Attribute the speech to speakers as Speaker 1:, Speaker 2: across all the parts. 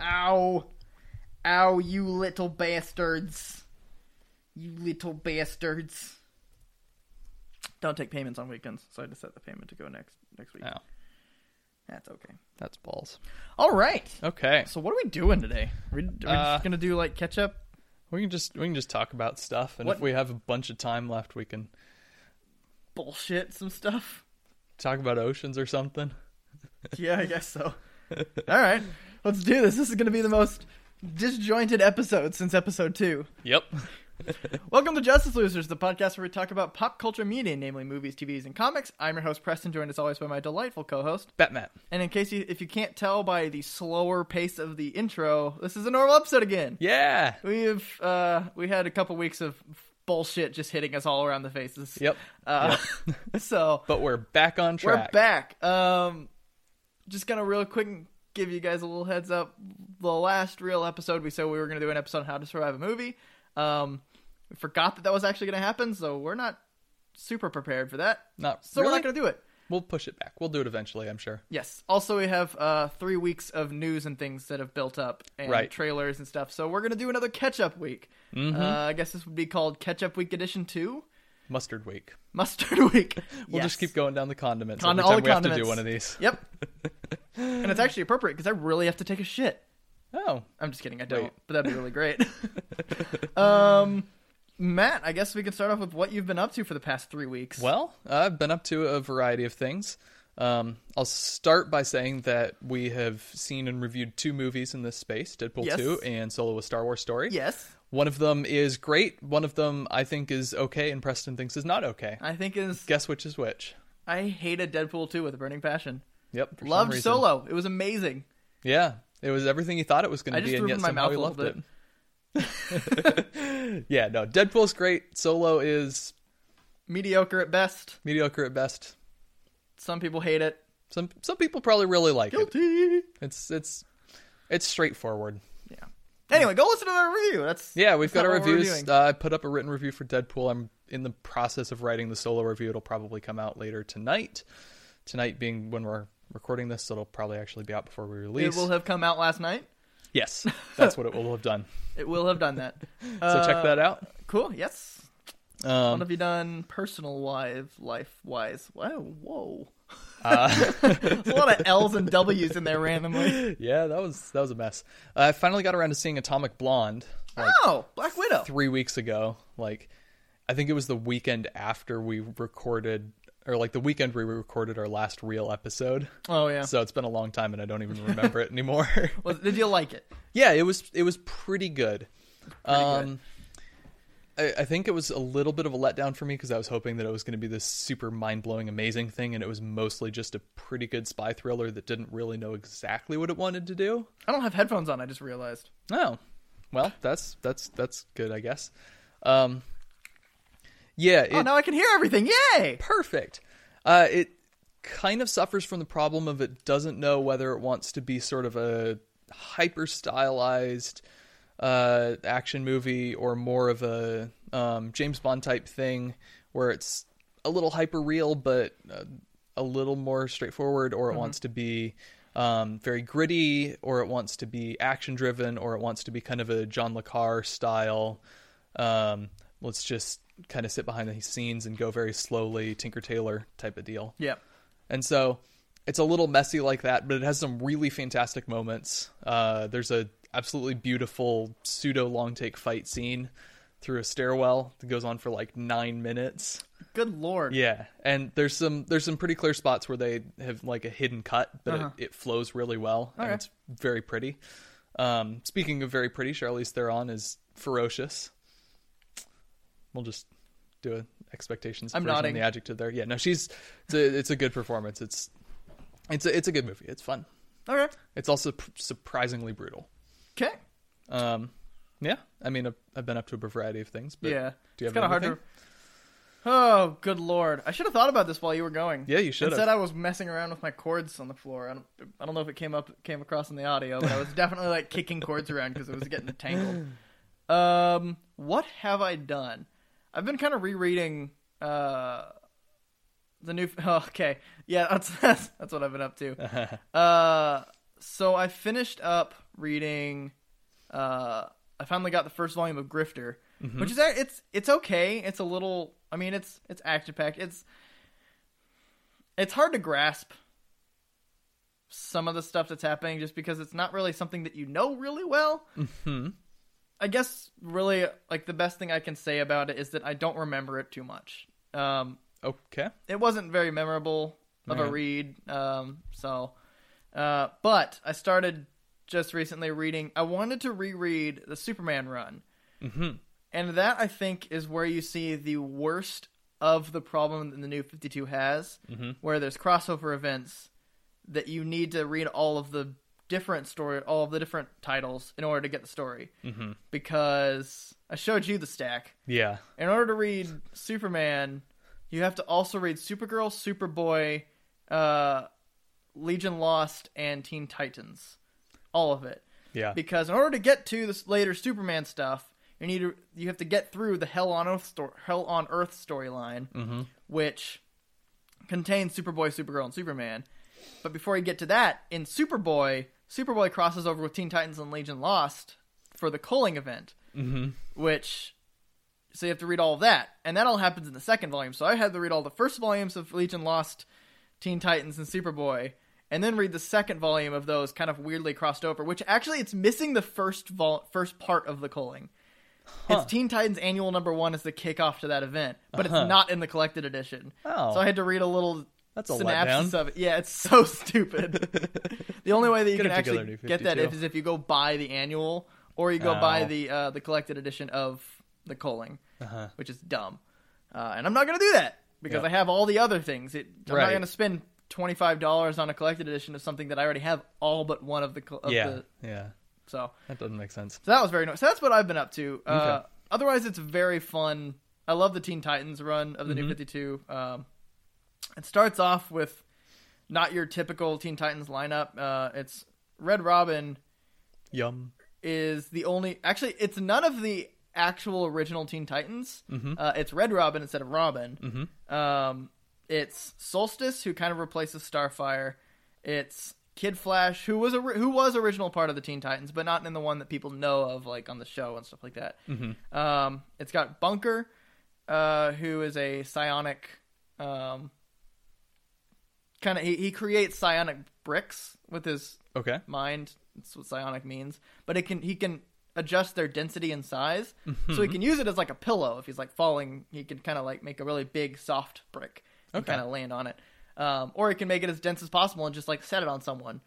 Speaker 1: Ow. Ow, you little bastards. You little bastards. Don't take payments on weekends, so I had to set the payment to go next next week.
Speaker 2: Oh,
Speaker 1: That's okay.
Speaker 2: that's balls.
Speaker 1: All right.
Speaker 2: Okay,
Speaker 1: So what are we doing today? Are we, are we
Speaker 2: Uh,
Speaker 1: just gonna do like catch up?
Speaker 2: we can just we can just talk about stuff, and
Speaker 1: What-
Speaker 2: if we have a bunch of time left, we can
Speaker 1: bullshit some stuff.
Speaker 2: talk about oceans or something.
Speaker 1: Yeah, I guess so. All right, let's do this. This is going to be the most disjointed episode since episode two.
Speaker 2: Yep.
Speaker 1: Welcome to Justice Losers, the podcast where we talk about pop culture media, namely movies, TVs, and comics. I'm your host Preston, joined as always by my delightful co-host.
Speaker 2: Batman.
Speaker 1: And in case you, if you can't tell by the slower pace of the intro, this is a normal episode again.
Speaker 2: Yeah.
Speaker 1: We've uh, we had a couple weeks of bullshit just hitting us all around the faces.
Speaker 2: Yep.
Speaker 1: Uh, so
Speaker 2: But we're back on track.
Speaker 1: We're back. Um, just gonna real quick give you guys a little heads up. The last real episode, we said we were gonna do an episode on how to survive a movie. Um, we forgot that that was actually gonna happen, so we're not super prepared for that.
Speaker 2: Not
Speaker 1: So we're
Speaker 2: really?
Speaker 1: not gonna do it.
Speaker 2: We'll push it back. We'll do it eventually, I'm sure.
Speaker 1: Yes. Also, we have uh, three weeks of news and things that have built up, and
Speaker 2: Right. Mm-hmm.
Speaker 1: trailers and stuff. So we're gonna do another catch up week. Uh, I guess this would be called Catch Up Week Edition Two,
Speaker 2: Mustard week.
Speaker 1: Mustard Week.
Speaker 2: We'll just
Speaker 1: Yes.
Speaker 2: keep going down the condiments
Speaker 1: Con-
Speaker 2: every
Speaker 1: all
Speaker 2: time
Speaker 1: the
Speaker 2: we have to do
Speaker 1: condiments.
Speaker 2: one of these.
Speaker 1: Yep. and it's actually appropriate because I really have to take a shit.
Speaker 2: Oh,
Speaker 1: I'm just kidding. I don't.
Speaker 2: Wait.
Speaker 1: But that'd be really great. um, Matt, I guess we can start off with what you've been up to for the past three weeks.
Speaker 2: well, I've been up to a variety of things. Um, I'll start by saying that we have seen and reviewed two movies in this space Deadpool
Speaker 1: Yes.
Speaker 2: 2 and Solo a Star Wars Story.
Speaker 1: Yes,
Speaker 2: One of them is great, one of them I think is okay, and Preston thinks is not okay.
Speaker 1: I think is
Speaker 2: Guess which is which?
Speaker 1: I hated Deadpool 2 with a burning passion.
Speaker 2: Yep. for some
Speaker 1: Loved
Speaker 2: reason.
Speaker 1: Solo. It was amazing.
Speaker 2: Yeah, it was everything you thought it was going
Speaker 1: I
Speaker 2: to
Speaker 1: just
Speaker 2: be, and
Speaker 1: threw up
Speaker 2: yet
Speaker 1: in my
Speaker 2: somehow
Speaker 1: mouth
Speaker 2: he
Speaker 1: a
Speaker 2: loved
Speaker 1: little
Speaker 2: it. yeah, no, Deadpool's great. Solo is
Speaker 1: Mediocre at best.
Speaker 2: mediocre at best.
Speaker 1: Some people hate it.
Speaker 2: Some some people probably really like it.
Speaker 1: Guilty.
Speaker 2: It's it's it's straightforward.
Speaker 1: Yeah. Anyway, go listen to the review. That's
Speaker 2: Yeah, we've
Speaker 1: That's not
Speaker 2: got our
Speaker 1: what we're
Speaker 2: reviews.
Speaker 1: doing.
Speaker 2: Uh, I put up a written review for Deadpool. I'm in the process of writing the solo review. It'll probably come out later tonight. Tonight being when we're recording this, so it'll probably actually be out before we
Speaker 1: It
Speaker 2: release.
Speaker 1: will have come out last night.
Speaker 2: Yes, that's what it will have done.
Speaker 1: It will have done that.
Speaker 2: So check that out.
Speaker 1: Cool. Yes. What
Speaker 2: Um,
Speaker 1: have you done personal wise, life wise? Whoa, whoa.
Speaker 2: uh,
Speaker 1: There's a lot of L's and W's in there randomly.
Speaker 2: yeah, that was that was a mess. I finally got around to seeing Atomic Blonde like
Speaker 1: Oh, Black Widow.
Speaker 2: three weeks ago. Like, I think it was the weekend after we recorded, or like the weekend we recorded our last real episode.
Speaker 1: Oh yeah.
Speaker 2: So it's been a long time, and I don't even remember it anymore.
Speaker 1: Was, did you like it?
Speaker 2: yeah, it was it was pretty good.
Speaker 1: good.
Speaker 2: um, I, I think it was a little bit of a letdown for me because I was hoping that it was going to be this super mind blowing, amazing thing, and it was mostly just a pretty good spy thriller that didn't really know exactly what it wanted to do.
Speaker 1: I don't have headphones on. I just realized.
Speaker 2: Oh, well, that's that's that's good, I guess. Um, yeah, it,
Speaker 1: oh, now I can hear everything. Yay!
Speaker 2: perfect. Uh, it kind of suffers from the problem of it doesn't know whether it wants to be sort of a hyper stylized uh, action movie or more of a um, James Bond type thing where it's a little hyper real but uh, a little more straightforward, or it wants to be. Um, very gritty, or it wants to be action driven, or it wants to be kind of a John Le Carre style um, let's just kind of sit behind the scenes and go very slowly, Tinker Tailor type of deal.
Speaker 1: Yeah.
Speaker 2: And so it's a little messy like that, but it has some really fantastic moments. Uh, there's a absolutely beautiful pseudo long take fight scene through a stairwell that goes on for like nine minutes.
Speaker 1: Good lord.
Speaker 2: Yeah, and there's some there's some pretty clear spots where they have like a hidden cut, but
Speaker 1: Uh-huh.
Speaker 2: it, it flows really well
Speaker 1: Okay.
Speaker 2: and it's very pretty. Um, speaking of very pretty, Charlize Theron is ferocious. We'll just do a expectations.
Speaker 1: I'm
Speaker 2: version on
Speaker 1: nodding.
Speaker 2: the adjective there. Yeah, no, she's it's a, it's a good performance. It's it's a, it's a good movie. It's fun.
Speaker 1: Okay.
Speaker 2: It's also p- surprisingly brutal.
Speaker 1: Okay.
Speaker 2: Um, yeah, I mean I've, I've been up to a variety of things, but
Speaker 1: yeah.
Speaker 2: do you
Speaker 1: it's
Speaker 2: have
Speaker 1: kind of hard to.
Speaker 2: anything?
Speaker 1: Oh, good lord! I should have thought about this while you were going.
Speaker 2: Yeah, you should
Speaker 1: Instead,
Speaker 2: have.
Speaker 1: I was messing around with my cords on the floor. I don't, I don't know if it came up, came across in the audio, but I was definitely like kicking cords around because it was getting tangled. Um, what have I done? I've been kind of rereading uh, the new. Oh, okay, yeah, that's, that's that's what I've been up to. Uh, so I finished up reading. Uh, I finally got the first volume of Grifter, which is a- it's it's okay. It's a little. I mean, it's it's action packed. It's it's hard to grasp some of the stuff that's happening just because it's not really something that you know really well.
Speaker 2: Hmm.
Speaker 1: I guess really like the best thing I can say about it is that I don't remember it too much. Um,
Speaker 2: Okay.
Speaker 1: it wasn't very memorable of a
Speaker 2: Right.
Speaker 1: read. Um, so, uh, but I started just recently reading. I wanted to reread the Superman run,
Speaker 2: Mm-hmm.
Speaker 1: and that I think is where you see the worst of the problem that the New Fifty Two has,
Speaker 2: Mhm.
Speaker 1: where there's crossover events that you need to read all of the different story, all of the different titles in order to get the story.
Speaker 2: Mhm.
Speaker 1: Because I showed you the stack
Speaker 2: Yeah.
Speaker 1: in order to read Superman, you have to also read Supergirl, Superboy, uh, Legion Lost, and Teen Titans. All of it.
Speaker 2: Yeah.
Speaker 1: Because in order to get to this later Superman stuff, you need to you have to get through the Hell on Earth sto- Hell on Earth storyline,
Speaker 2: Mhm.
Speaker 1: which contains Superboy, Supergirl, and Superman. But before you get to that, in Superboy, Superboy crosses over with Teen Titans and Legion Lost for the culling event
Speaker 2: Mhm.
Speaker 1: which so you have to read all of that and that all happens in the second volume so i had to read all the first volumes of legion lost teen titans and superboy and then read the second volume of those kind of weirdly crossed over which actually it's missing the first vol- first part of the culling
Speaker 2: Huh.
Speaker 1: it's teen titans annual number one is the kickoff to that event but
Speaker 2: Uh-huh.
Speaker 1: it's not in the collected edition
Speaker 2: Oh.
Speaker 1: so i had to read a little
Speaker 2: That's a
Speaker 1: synopsis
Speaker 2: letdown.
Speaker 1: of it yeah it's so stupid the only way that you
Speaker 2: Get
Speaker 1: can
Speaker 2: it together,
Speaker 1: actually
Speaker 2: New
Speaker 1: get that
Speaker 2: 52.
Speaker 1: is if you go buy the annual or you go buy
Speaker 2: Oh.
Speaker 1: the uh, the collected edition of the culling,
Speaker 2: Uh-huh.
Speaker 1: which is dumb. Uh, and I'm not going to do that because
Speaker 2: Yep.
Speaker 1: I have all the other things. It, I'm
Speaker 2: Right.
Speaker 1: not going to spend twenty five dollars on a collected edition of something that I already have all but one of the. col- Of
Speaker 2: Yeah.
Speaker 1: The,
Speaker 2: Yeah.
Speaker 1: so
Speaker 2: That doesn't make sense.
Speaker 1: so that was very nice. So that's what I've been up to. Uh, otherwise, it's very fun. I love the Teen Titans run of the New Fifty Two. Um, it starts off with not your typical Teen Titans lineup. Uh, it's Red Robin
Speaker 2: Yum.
Speaker 1: is the only. Actually, it's none of the actual original Teen Titans.
Speaker 2: Mhm.
Speaker 1: Uh, it's Red Robin instead of Robin.
Speaker 2: Mhm.
Speaker 1: Um, it's Solstice who kind of replaces Starfire. It's Kid Flash who was a, who was original part of the Teen Titans, but not in the one that people know of, like on the show and stuff like that.
Speaker 2: Mhm.
Speaker 1: Um, it's got Bunker, uh, who is a psionic. Um, kind of he, he creates psionic bricks with his
Speaker 2: Okay.
Speaker 1: mind. That's what psionic means. But it can he can adjust their density and size, so he can use it as like a pillow. If he's like falling, he can kind of like make a really big soft brick and
Speaker 2: Okay.
Speaker 1: kind of land on it. Um, or he can make it as dense as possible and just like set it on someone.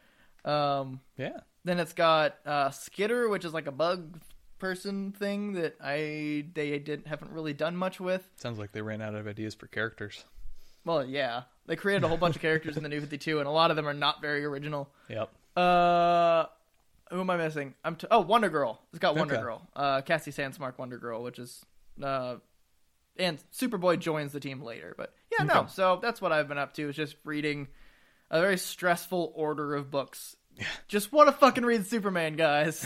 Speaker 1: Um,
Speaker 2: Yeah.
Speaker 1: then it's got uh, Skitter, which is like a bug person thing that I they didn't haven't really done much with.
Speaker 2: Sounds like they ran out of ideas for characters.
Speaker 1: Well, yeah, they created a whole bunch of characters in the New Fifty Two, and a lot of them are not very original.
Speaker 2: Yep.
Speaker 1: Uh, who am I missing? I'm t- oh Wonder Girl. It's got Wonder
Speaker 2: Okay.
Speaker 1: Girl. Uh, Cassie Sandsmark Wonder Girl, which is uh, and Superboy joins the team later. But yeah, no.
Speaker 2: Okay.
Speaker 1: So that's what I've been up to is just reading a very stressful order of books. Just want to fucking read Superman, guys.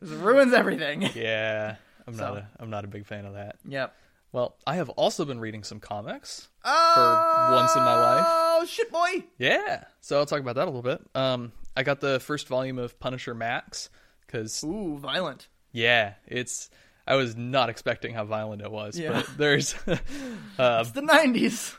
Speaker 1: this ruins everything.
Speaker 2: Yeah. I'm
Speaker 1: So-
Speaker 2: not a I'm not a big fan of that.
Speaker 1: Yep.
Speaker 2: Well, I have also been reading some comics.
Speaker 1: Oh,
Speaker 2: once in my life.
Speaker 1: Oh shit, boy.
Speaker 2: Yeah. So I'll talk about that a little bit. Um, I got the first volume of Punisher Max because
Speaker 1: Ooh, violent.
Speaker 2: yeah, it's I was not expecting how violent it was,
Speaker 1: Yeah.
Speaker 2: but there's uh,
Speaker 1: It's the '90s.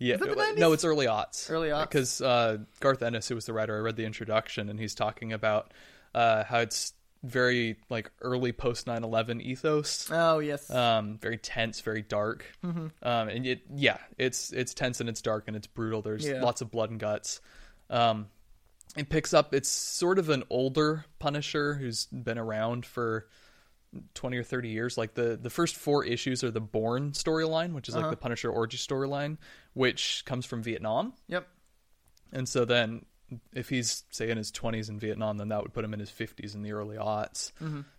Speaker 2: yeah,
Speaker 1: that the
Speaker 2: no,
Speaker 1: 90s?
Speaker 2: it's early aughts.
Speaker 1: Early aughts.
Speaker 2: because uh, Garth Ennis, who was the writer, I read the introduction, and he's talking about uh, how it's very like early post 9-11 ethos
Speaker 1: Oh yes.
Speaker 2: um, very tense, very dark. Um, and it, yeah, it's it's tense and it's dark and it's brutal. There's
Speaker 1: Yeah.
Speaker 2: lots of blood and guts. Um, it picks up. It's sort of an older Punisher who's been around for twenty or thirty years. Like the the first four issues are the Born storyline, which is like the Punisher orgy storyline, which comes from Vietnam.
Speaker 1: yep.
Speaker 2: And so then, if he's say in his twenties in Vietnam, then that would put him in his fifties in the early aughts,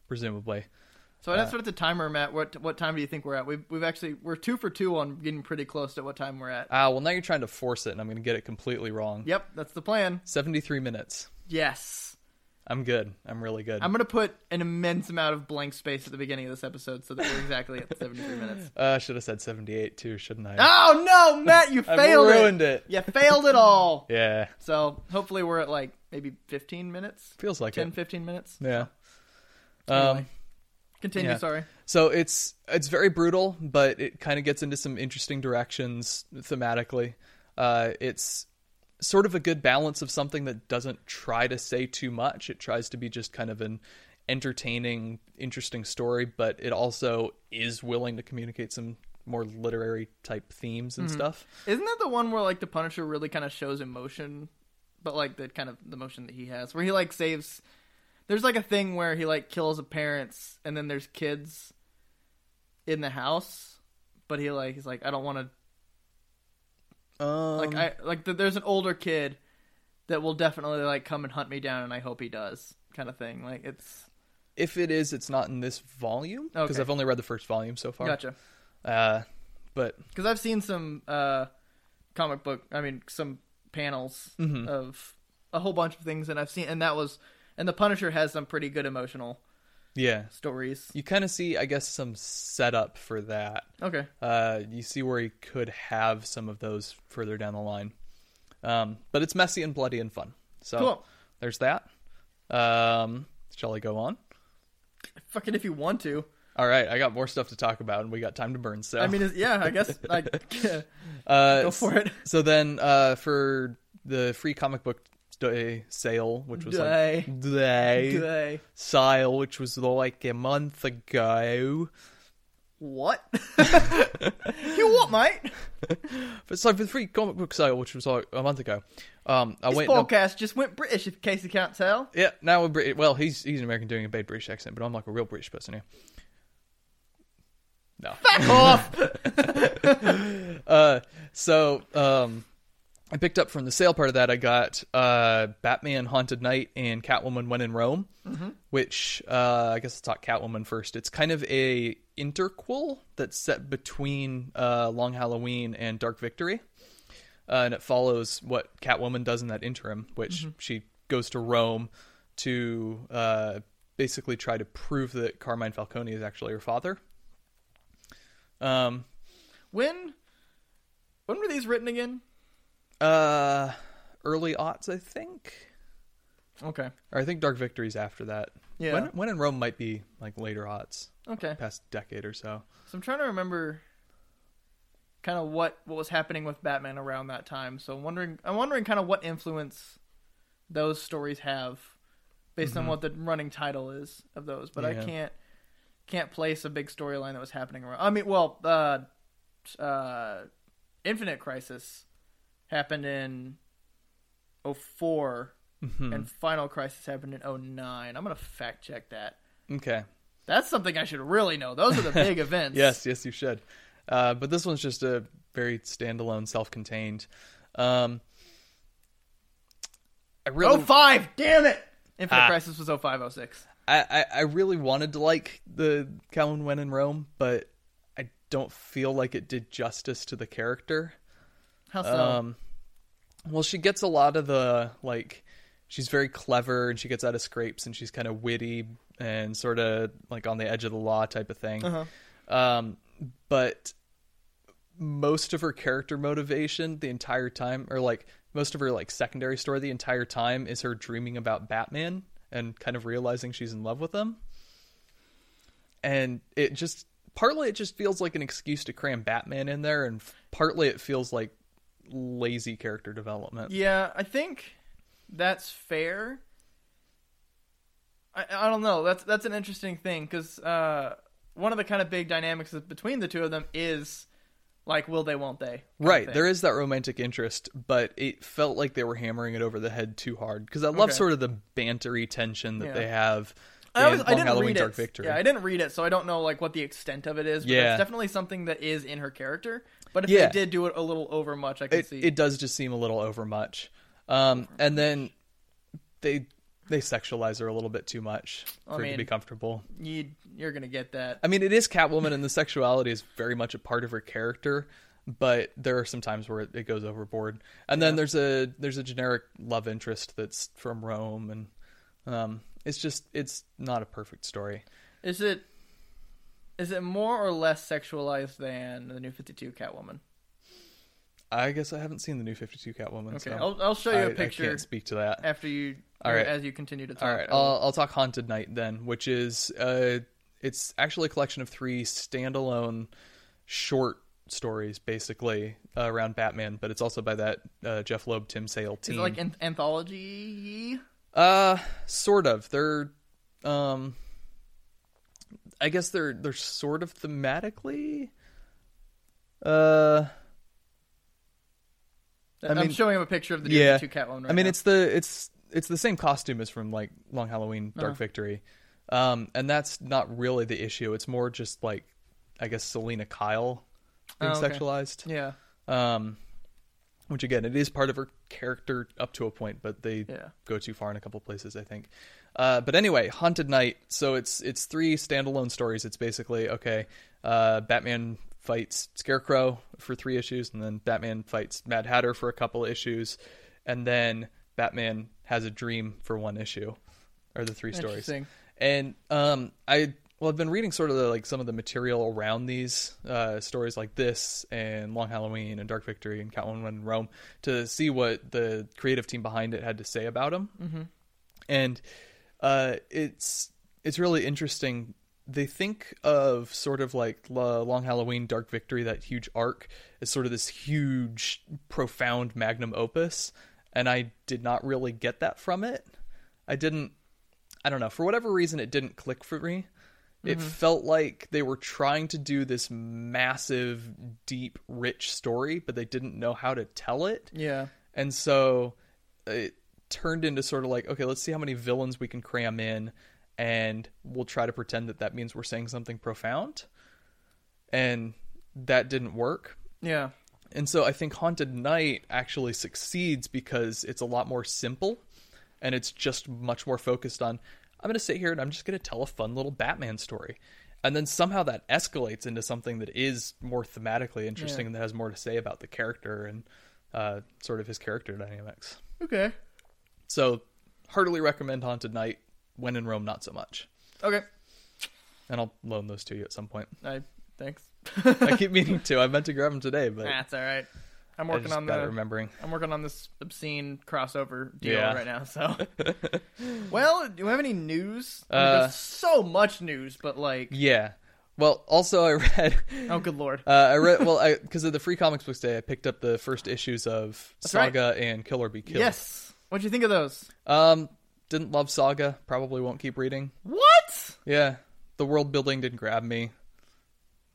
Speaker 2: presumably.
Speaker 1: So that's what
Speaker 2: Uh,
Speaker 1: at the timer, Matt. What what time do you think we're at? We've we've actually we're two for two on getting pretty close to what time we're at.
Speaker 2: Ah, well, now you're trying to force it, and I'm going to get it completely wrong.
Speaker 1: Yep, that's the plan.
Speaker 2: 73 minutes.
Speaker 1: Yes,
Speaker 2: I'm good. I'm really good.
Speaker 1: I'm gonna put an immense amount of blank space at the beginning of this episode so that we're exactly at 73 minutes.
Speaker 2: uh, I should have said 78 too, shouldn't I?
Speaker 1: Oh no, Matt, you
Speaker 2: I've
Speaker 1: failed
Speaker 2: ruined
Speaker 1: it.
Speaker 2: it.
Speaker 1: You failed it all.
Speaker 2: Yeah.
Speaker 1: So hopefully we're at like maybe 15 minutes,
Speaker 2: Feels like
Speaker 1: 10,
Speaker 2: it.
Speaker 1: 15 minutes.
Speaker 2: Yeah.
Speaker 1: Anyway.
Speaker 2: Um,
Speaker 1: Continue.
Speaker 2: yeah.
Speaker 1: Sorry.
Speaker 2: so it's it's very brutal, but it kind of gets into some interesting directions thematically. Uh, it's sort of a good balance of something that doesn't try to say too much. It tries to be just kind of an entertaining, interesting story, but it also is willing to communicate some more literary type themes
Speaker 1: Mm-hmm.
Speaker 2: and stuff.
Speaker 1: Isn't that the one where like the Punisher really kind of shows emotion, but like the kind of the emotion that he has, where he like saves. There's like a thing where he like kills a parents, and then there's kids in the house, but he like he's like I don't want to
Speaker 2: Um,
Speaker 1: like I like th- there's an older kid that will definitely like come and hunt me down, and I hope he does kind of thing. Like it's
Speaker 2: if it is, it's not in this volume because
Speaker 1: Okay.
Speaker 2: I've only read the first volume so far.
Speaker 1: gotcha
Speaker 2: Uh, but
Speaker 1: because I've seen some uh comic book. I mean some panels
Speaker 2: Mhm.
Speaker 1: of a whole bunch of things, and I've seen and that was and the Punisher has some pretty good emotional
Speaker 2: yeah,
Speaker 1: stories.
Speaker 2: you kind of see, I guess, some setup for that.
Speaker 1: Okay,
Speaker 2: Uh, you see where he could have some of those further down the line. Um, but it's messy and bloody and fun. So
Speaker 1: Cool.
Speaker 2: there's that. Um, shall I go on?
Speaker 1: fucking if you want to.
Speaker 2: All right, I got more stuff to talk about, and we got time to burn. So
Speaker 1: I mean, it's- yeah, I guess like
Speaker 2: uh,
Speaker 1: go for it.
Speaker 2: So then, uh, for the free comic book day sale, which was
Speaker 1: Day.
Speaker 2: like day,
Speaker 1: Today.
Speaker 2: sale, which was like a month ago.
Speaker 1: What? you what, mate?
Speaker 2: But so for the free comic book sale, which was like a month ago, um, I
Speaker 1: This
Speaker 2: went. and-
Speaker 1: podcast just went British, in case you can't tell.
Speaker 2: yeah, now we're Brit- well, he's he's an American doing a bad British accent, but I'm like a real British person here. No.
Speaker 1: Off.
Speaker 2: Uh, so um, I picked up from the sale part of that. I got uh, Batman Haunted Night and Catwoman When in Rome, which uh, I guess let's talk Catwoman first. It's kind of a interquel that's set between uh, Long Halloween and Dark Victory, uh, and it follows what Catwoman does in that interim, which she goes to Rome to uh, basically try to prove that Carmine Falcone is actually her father. Um,
Speaker 1: When when were these written again?
Speaker 2: Uh, early aughts, I think.
Speaker 1: Okay.
Speaker 2: Or I think Dark Victory's after that.
Speaker 1: Yeah.
Speaker 2: When, when in Rome might be like later aughts,
Speaker 1: Okay.
Speaker 2: past decade or so.
Speaker 1: So I'm trying to remember kind of what what was happening with Batman around that time. So I'm wondering I'm wondering kind of what influence those stories have based on what the running title is of those, but I
Speaker 2: Mm-hmm. Yeah.
Speaker 1: can't can't place a big storyline that was happening around. I mean, well, uh uh Infinite Crisis happened in 4
Speaker 2: Mm-hmm.
Speaker 1: and Final Crisis happened in 09. I'm going to fact check that.
Speaker 2: Okay.
Speaker 1: That's something I should really know. Those are the big events.
Speaker 2: Yes, yes, you should. Uh, but this one's just a very standalone, self-contained. Um, I
Speaker 1: Oh
Speaker 2: really,
Speaker 1: five, damn it! Infinite
Speaker 2: Ah.
Speaker 1: Crisis was 0506.
Speaker 2: I, I, I really wanted to like the Calvin when in Rome, but I don't feel like it did justice to the character.
Speaker 1: How so?
Speaker 2: Um, well, she gets a lot of the like. She's very clever and she gets out of scrapes and she's kind of witty and sort of like on the edge of the law type of thing.
Speaker 1: Uh-huh.
Speaker 2: Um, but most of her character motivation the entire time, or like most of her like secondary story the entire time, is her dreaming about Batman and kind of realizing she's in love with him. And it just partly it just feels like an excuse to cram Batman in there, and f- partly it feels like lazy character development.
Speaker 1: yeah, I think that's fair. I, I don't know. That's that's an interesting thing because uh, one of the kind of big dynamics is- between the two of them is like, will they, won't they? kind of
Speaker 2: Right,
Speaker 1: thing.
Speaker 2: there is that romantic interest, but it felt like they were hammering it over the head too hard because I love
Speaker 1: Okay.
Speaker 2: sort of the bantery tension that
Speaker 1: Yeah.
Speaker 2: they have.
Speaker 1: I,
Speaker 2: in
Speaker 1: always, I
Speaker 2: Long
Speaker 1: didn't
Speaker 2: Halloween
Speaker 1: read
Speaker 2: Dark
Speaker 1: it.
Speaker 2: Victory.
Speaker 1: Yeah, I didn't read it, so I don't know like what the extent of it is. But
Speaker 2: Yeah.
Speaker 1: it's definitely something that is in her character. But if
Speaker 2: Yeah.
Speaker 1: they did do it a little over much, I could
Speaker 2: it,
Speaker 1: see.
Speaker 2: it does just seem a little overmuch. Um, and then they they sexualize her a little bit too much for
Speaker 1: I
Speaker 2: it to
Speaker 1: mean-
Speaker 2: be comfortable.
Speaker 1: you, you're gonna get that.
Speaker 2: I mean, it is Catwoman, and the sexuality is very much a part of her character. But there are some times where it, it goes overboard. And then there's a there's a generic love interest that's from Rome, and um, it's just it's not a perfect story.
Speaker 1: Is it is it more or less sexualized than the new 52 Catwoman?
Speaker 2: I guess I haven't seen the new 52 Catwoman.
Speaker 1: Okay,
Speaker 2: so
Speaker 1: I'll, I'll show you
Speaker 2: I-
Speaker 1: a
Speaker 2: I
Speaker 1: picture
Speaker 2: can't speak to that.
Speaker 1: after you,
Speaker 2: All
Speaker 1: or
Speaker 2: right.
Speaker 1: as you continue to talk.
Speaker 2: All right, I'll, I'll talk Haunted Night then, which is uh, it's actually a collection of three standalone short stories, basically uh, around Batman, but it's also by that uh, Jeff Loeb, Tim Sale
Speaker 1: Is
Speaker 2: team.
Speaker 1: it like an- anthology?
Speaker 2: uh, sort of. They're, um, I guess they're they're sort of thematically. Uh,
Speaker 1: I
Speaker 2: mean-
Speaker 1: am showing him a picture of the
Speaker 2: Yeah.
Speaker 1: two Catwoman. Right
Speaker 2: I mean,
Speaker 1: now.
Speaker 2: it's the it's it's the same costume as from like Long Halloween,
Speaker 1: Uh-huh.
Speaker 2: Dark Victory, um, and that's not really the issue. It's more just like I guess Selena Kyle being
Speaker 1: Oh, okay.
Speaker 2: sexualized,
Speaker 1: yeah,
Speaker 2: um, which again it is part of her character up to a point, but they
Speaker 1: Yeah.
Speaker 2: go too far in a couple places, I think. Uh, but anyway, Haunted Night. So it's it's three standalone stories. It's basically okay, uh, Batman fights Scarecrow for three issues, and then Batman fights Mad Hatter for a couple issues, and then Batman has a dream for one issue. Are the three stories?
Speaker 1: Interesting.
Speaker 2: And um, I well, I've been reading sort of the, like some of the material around these uh, stories, like this and Long Halloween and Dark Victory and Catwoman in Rome, to see what the creative team behind it had to say about them. Mm-hmm. And uh, it's it's really interesting. They think of sort of like La- Long Halloween, Dark Victory, that huge arc, as sort of this huge, profound magnum opus, and I did not really get that from it. I didn't I don't know, for whatever reason, it didn't click for me. It felt like they were trying to do this massive, deep, rich story, but they didn't know how to tell it.
Speaker 1: yeah,
Speaker 2: And so it turned into sort of like, okay, let's see how many villains we can cram in, and we'll try to pretend that that means we're saying something profound. And that didn't work.
Speaker 1: yeah,
Speaker 2: And so I think Haunted Night actually succeeds because it's a lot more simple and it's just much more focused on I'm going to sit here and I'm just going to tell a fun little Batman story. And then somehow that escalates into something that is more thematically interesting
Speaker 1: Yeah.
Speaker 2: and that has more to say about the character and uh, sort of his character dynamics.
Speaker 1: okay,
Speaker 2: So, heartily recommend Haunted Night. When in Rome, not so much.
Speaker 1: okay.
Speaker 2: And I'll loan those to you at some point.
Speaker 1: I thanks.
Speaker 2: I keep meaning to. I meant to grab them today, but
Speaker 1: That's all right. I'm
Speaker 2: I
Speaker 1: working
Speaker 2: just
Speaker 1: on
Speaker 2: got
Speaker 1: the.
Speaker 2: it remembering.
Speaker 1: I'm working on this obscene crossover deal
Speaker 2: Yeah.
Speaker 1: right now. So, well, do we have any news? I mean,
Speaker 2: Uh,
Speaker 1: there's so much news, but like,
Speaker 2: Yeah. Well, also I read
Speaker 1: oh good lord,
Speaker 2: Uh, I read well I because of the Free Comics Books Day. I picked up the first issues of
Speaker 1: right.
Speaker 2: Saga and Kill or Be Killed.
Speaker 1: yes. What'd you think of those?
Speaker 2: Um, didn't love Saga. Probably won't keep reading.
Speaker 1: What?
Speaker 2: Yeah, the world building didn't grab me,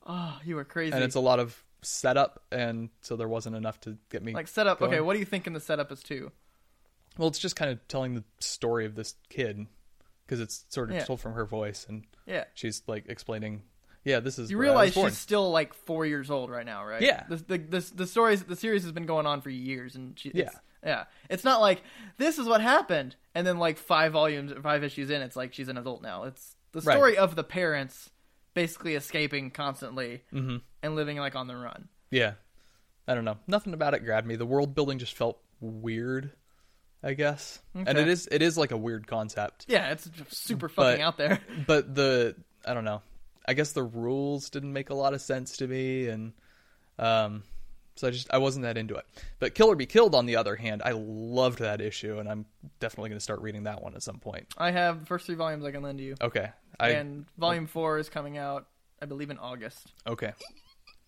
Speaker 1: Oh, you were crazy.
Speaker 2: and it's a lot of setup, and so there wasn't enough to get me.
Speaker 1: like setup.
Speaker 2: going.
Speaker 1: Okay, what do you think in the setup is too?
Speaker 2: well, it's just kind of telling the story of this kid because it's sort of
Speaker 1: Yeah.
Speaker 2: told from her voice, and
Speaker 1: Yeah.
Speaker 2: she's like explaining. Yeah, this is
Speaker 1: You
Speaker 2: where I was
Speaker 1: realize
Speaker 2: born."
Speaker 1: she's still like four years old right now, right?
Speaker 2: Yeah.
Speaker 1: The the the, the stories the series has been going on for years, and she, it's,
Speaker 2: Yeah.
Speaker 1: yeah, it's not like this is what happened, and then like five volumes, five issues in, it's like she's an adult now. It's the
Speaker 2: Right.
Speaker 1: story of the parents basically escaping constantly
Speaker 2: Mm-hmm.
Speaker 1: and living like on the run.
Speaker 2: Yeah. I don't know. Nothing about it grabbed me. The world building just felt weird, I guess. And
Speaker 1: Okay.
Speaker 2: it is it is like a weird concept.
Speaker 1: Yeah, it's just super fucking
Speaker 2: But-
Speaker 1: out there.
Speaker 2: But the I don't know. I guess the rules didn't make a lot of sense to me and um so I just I wasn't that into it. But Kill or Be Killed on the other hand, I loved that issue and I'm definitely going to start reading that one at some point.
Speaker 1: I have the first three volumes I can lend you,
Speaker 2: Okay. I
Speaker 1: and volume four is coming out, I believe, in August.
Speaker 2: okay.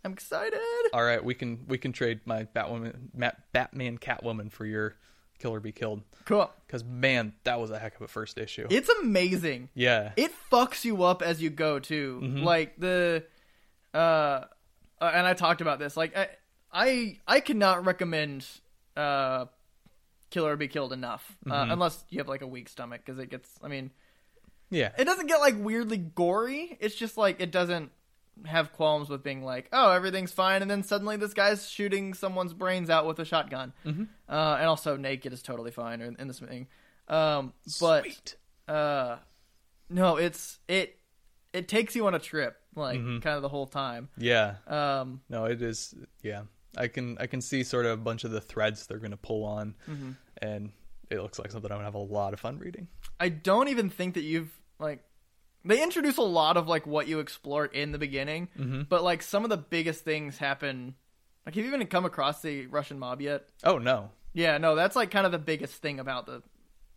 Speaker 1: I'm excited.
Speaker 2: All right, we can we can trade my Batwoman Matt, Batman Catwoman for your Kill or Be Killed
Speaker 1: Cool.
Speaker 2: cuz man, that was a heck of a first issue.
Speaker 1: It's amazing.
Speaker 2: Yeah.
Speaker 1: it fucks you up as you go too like the uh uh, and i talked about this like i i i cannot recommend uh kill or be killed enough uh, unless you have like a weak stomach because it gets i mean
Speaker 2: yeah.
Speaker 1: it doesn't get like weirdly gory it's just like it doesn't have qualms with being like oh everything's fine and then suddenly this guy's shooting someone's brains out with a shotgun uh, and also naked is totally fine in, in this thing um but uh no it's it it takes you on a trip like
Speaker 2: Mm-hmm.
Speaker 1: kind of the whole time
Speaker 2: yeah.
Speaker 1: um
Speaker 2: No, it is yeah. I can I can see sort of a bunch of the threads they're going to pull on
Speaker 1: Mm-hmm.
Speaker 2: and it looks like something I'm going to have a lot of fun reading.
Speaker 1: i don't even think that you've like they introduce a
Speaker 2: Mm-hmm.
Speaker 1: lot of like what you explore in the beginning but like some of the biggest things happen Like, have you even come across the Russian mob yet?
Speaker 2: Oh no.
Speaker 1: Yeah, no, that's like kind of the biggest thing about the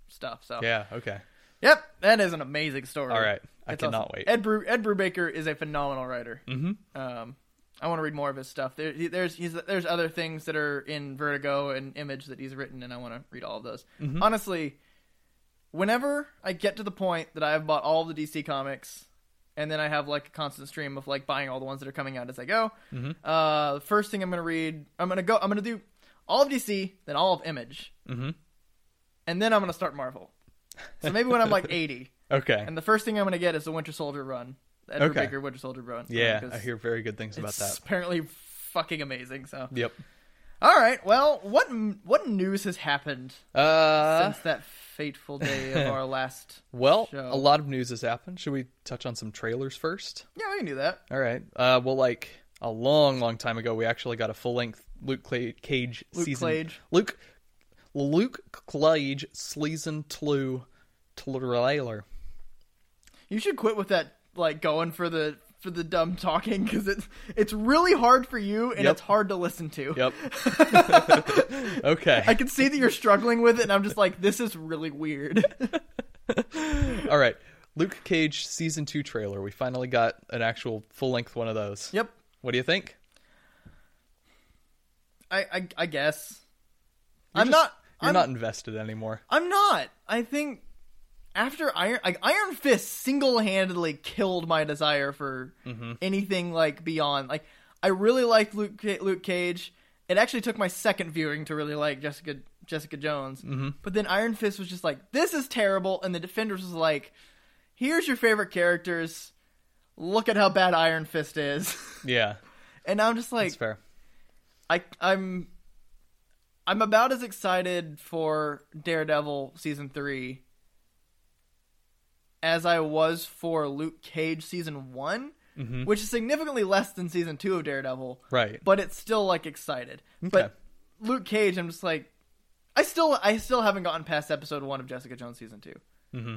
Speaker 1: stuff. So,
Speaker 2: Yeah. Okay.
Speaker 1: yep, that is an amazing story.
Speaker 2: All right. I
Speaker 1: It's
Speaker 2: cannot
Speaker 1: Oh, awesome.
Speaker 2: wait.
Speaker 1: Ed Bru- Ed Brubaker is a phenomenal writer.
Speaker 2: Mm-hmm.
Speaker 1: Um, I want to read more of his stuff. There, he- there's he's, there's other things that are in Vertigo and Image that he's written, and I want to read all of those.
Speaker 2: Mm-hmm.
Speaker 1: Honestly, whenever I get to the point that I have bought all of the DC comics, and then I have like a constant stream of like buying all the ones that are coming out as I go.
Speaker 2: Mhm.
Speaker 1: Uh, the first thing I'm gonna read, I'm gonna go, I'm gonna do all of DC, then all of Image,
Speaker 2: Mm-hmm.
Speaker 1: and then I'm gonna start Marvel. So maybe when I'm like 80,
Speaker 2: Okay.
Speaker 1: and the first thing I'm gonna get is the Winter Soldier run, Edgar
Speaker 2: Okay.
Speaker 1: Baker Winter Soldier run.
Speaker 2: yeah,
Speaker 1: Because
Speaker 2: I hear very good things about
Speaker 1: it's
Speaker 2: that.
Speaker 1: Apparently, fucking amazing. So,
Speaker 2: Yep.
Speaker 1: all right. Well, what what news has happened
Speaker 2: Uh,
Speaker 1: since that fateful day of our last?
Speaker 2: well,
Speaker 1: show.
Speaker 2: a lot of news has happened. Should we touch on some trailers first?
Speaker 1: Yeah, we can do that.
Speaker 2: All right. Uh, well, like a long, long time ago, we actually got a full length Luke Cla- Cage
Speaker 1: Luke
Speaker 2: season.
Speaker 1: Clage.
Speaker 2: Luke Luke Cage season two trailer.
Speaker 1: You should quit with that, like going for the for the dumb talking because it's it's really hard for you and
Speaker 2: Yep.
Speaker 1: it's hard to listen to.
Speaker 2: Yep. okay.
Speaker 1: I can see that you're struggling with it, and I'm just like, this is really weird.
Speaker 2: All right. Luke Cage season two trailer. We finally got an actual full length one of those.
Speaker 1: yep.
Speaker 2: What do you think?
Speaker 1: I I, I guess.
Speaker 2: You're
Speaker 1: I'm
Speaker 2: just-
Speaker 1: not.
Speaker 2: You're
Speaker 1: I'm
Speaker 2: not invested anymore.
Speaker 1: I'm not. I think after Iron like Iron Fist single-handedly killed my desire for anything like beyond. Like I really liked Luke Ca- Luke Cage. It actually took my second viewing to really like Jessica Jessica Jones. But then Iron Fist was just like this is terrible and the Defenders was like here's your favorite characters. Look at how bad Iron Fist is.
Speaker 2: Yeah,
Speaker 1: and I'm just like
Speaker 2: that's fair.
Speaker 1: I I'm I'm about as excited for Daredevil season 3 as I was for Luke Cage season one
Speaker 2: Mhm.
Speaker 1: which is significantly less than season 2 of Daredevil,
Speaker 2: Right.
Speaker 1: but it's still like excited.
Speaker 2: Okay.
Speaker 1: But Luke Cage I'm just like I still I still haven't gotten past episode 1 of Jessica Jones season 2.
Speaker 2: hmm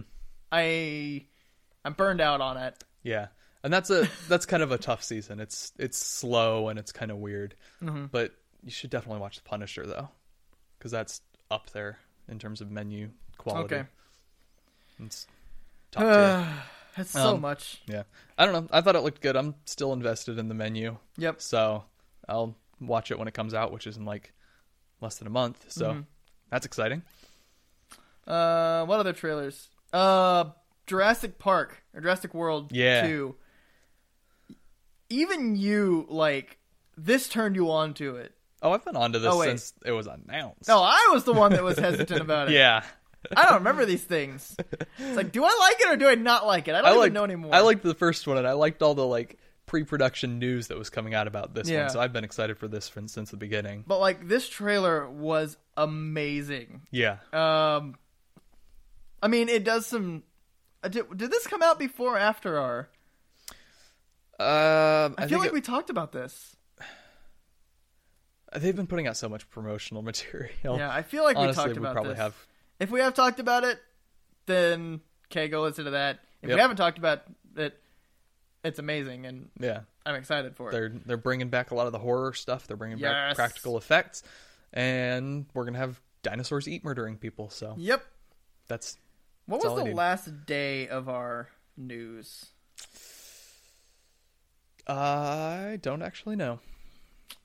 Speaker 1: I I'm burned out on it.
Speaker 2: Yeah, and that's a that's kind of a tough season. It's it's slow and it's kind of weird,
Speaker 1: Mhm.
Speaker 2: but you should definitely watch The Punisher though, because that's up there in terms of menu quality.
Speaker 1: Okay.
Speaker 2: It's top tier.
Speaker 1: That's so
Speaker 2: Um,
Speaker 1: much.
Speaker 2: Yeah, I don't know. I thought it looked good. I'm still invested in the menu,
Speaker 1: Yep.
Speaker 2: so I'll watch it when it comes out, which is in like less than a month. So
Speaker 1: Mhm.
Speaker 2: that's exciting.
Speaker 1: Uh, what other trailers? Uh, Jurassic Park or Jurassic World
Speaker 2: Yeah.
Speaker 1: 2. Even you like this turned you on to it.
Speaker 2: Oh, I've been onto this
Speaker 1: Oh, wait.
Speaker 2: since it was announced.
Speaker 1: No, I was the one that was hesitant about it.
Speaker 2: yeah.
Speaker 1: I don't remember these things. It's like, do I like it or do I not like it? I don't even
Speaker 2: liked-
Speaker 1: know anymore.
Speaker 2: I liked the first one, and I liked all the like pre-production news that was coming out about this
Speaker 1: Yeah.
Speaker 2: one. So I've been excited for this from, since the beginning.
Speaker 1: but like this trailer was amazing.
Speaker 2: Yeah,
Speaker 1: Um, I mean, it does some. uh, Did, did this come out before or after our?
Speaker 2: um,
Speaker 1: I,
Speaker 2: I,
Speaker 1: feel
Speaker 2: think
Speaker 1: like
Speaker 2: it-
Speaker 1: we talked about this.
Speaker 2: they've been putting out so much promotional material.
Speaker 1: Yeah, I feel like
Speaker 2: Oh. honestly,
Speaker 1: we talked about
Speaker 2: probably
Speaker 1: this.
Speaker 2: have.
Speaker 1: if we have talked about it, then okay, go listen to that. If
Speaker 2: Yep.
Speaker 1: we haven't talked about it, it's amazing, and
Speaker 2: Yeah,
Speaker 1: I'm excited for it.
Speaker 2: they're they're bringing back a lot of the horror stuff. They're bringing
Speaker 1: Yes.
Speaker 2: back practical effects, and we're gonna have dinosaurs eat murdering people. So
Speaker 1: Yep.
Speaker 2: that's
Speaker 1: What
Speaker 2: That's all
Speaker 1: was
Speaker 2: I
Speaker 1: the
Speaker 2: need.
Speaker 1: last day of our news?
Speaker 2: I don't actually know.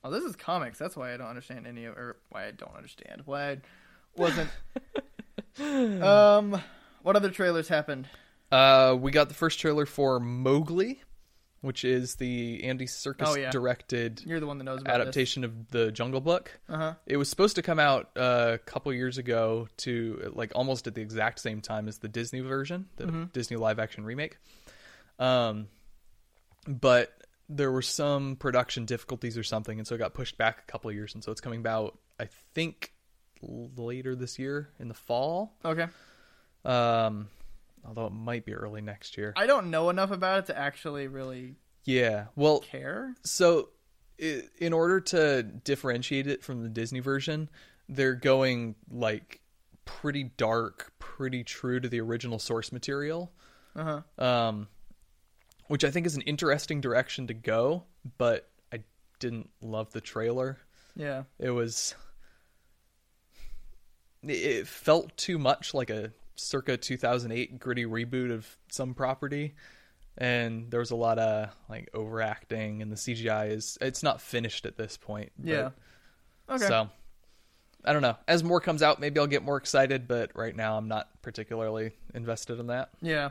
Speaker 1: Oh, this is comics. That's why I don't understand any of, or why I don't understand why I wasn't. um, what other trailers happened?
Speaker 2: Uh, we got the first trailer for Mowgli, which is the Andy Circus
Speaker 1: Oh, yeah.
Speaker 2: directed
Speaker 1: You're the one that knows about
Speaker 2: adaptation of the Jungle Book.
Speaker 1: Uh huh.
Speaker 2: It was supposed to come out uh, a couple years ago to like almost at the exact same time as the Disney version, the Disney live action remake. Um, but there were some production difficulties or something, and so it got pushed back a couple of years, and so it's coming out I think later this year in the fall.
Speaker 1: Okay.
Speaker 2: Um, although it might be early next year.
Speaker 1: I don't know enough about it to actually really
Speaker 2: Yeah. Well,
Speaker 1: care.
Speaker 2: so i in order to differentiate it from the Disney version, they're going like pretty dark, pretty true to the original source material,
Speaker 1: Uh huh.
Speaker 2: um, which I think is an interesting direction to go. But I didn't love the trailer.
Speaker 1: Yeah.
Speaker 2: It was. It felt too much like a circa 2008 gritty reboot of some property, and there was a lot of like overacting, and the CGI is it's not finished at this point. but-
Speaker 1: Yeah. Okay.
Speaker 2: So I don't know. As more comes out, maybe I'll get more excited, but right now I'm not particularly invested in that.
Speaker 1: Yeah.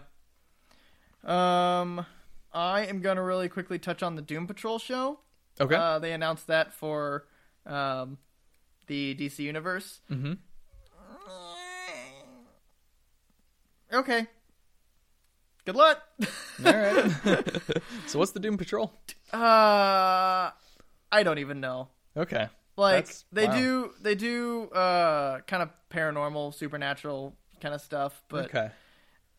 Speaker 1: Um, I am gonna really quickly touch on the Doom Patrol show.
Speaker 2: Okay.
Speaker 1: Uh, they announced that for um, the DC Universe.
Speaker 2: mm-hmm.
Speaker 1: Okay. Good luck.
Speaker 2: All right. so what's the Doom Patrol?
Speaker 1: uh, I don't even know.
Speaker 2: Okay.
Speaker 1: Like
Speaker 2: That's-
Speaker 1: they
Speaker 2: wow.
Speaker 1: do, they do uh, kind of paranormal, supernatural kind of stuff, but
Speaker 2: okay.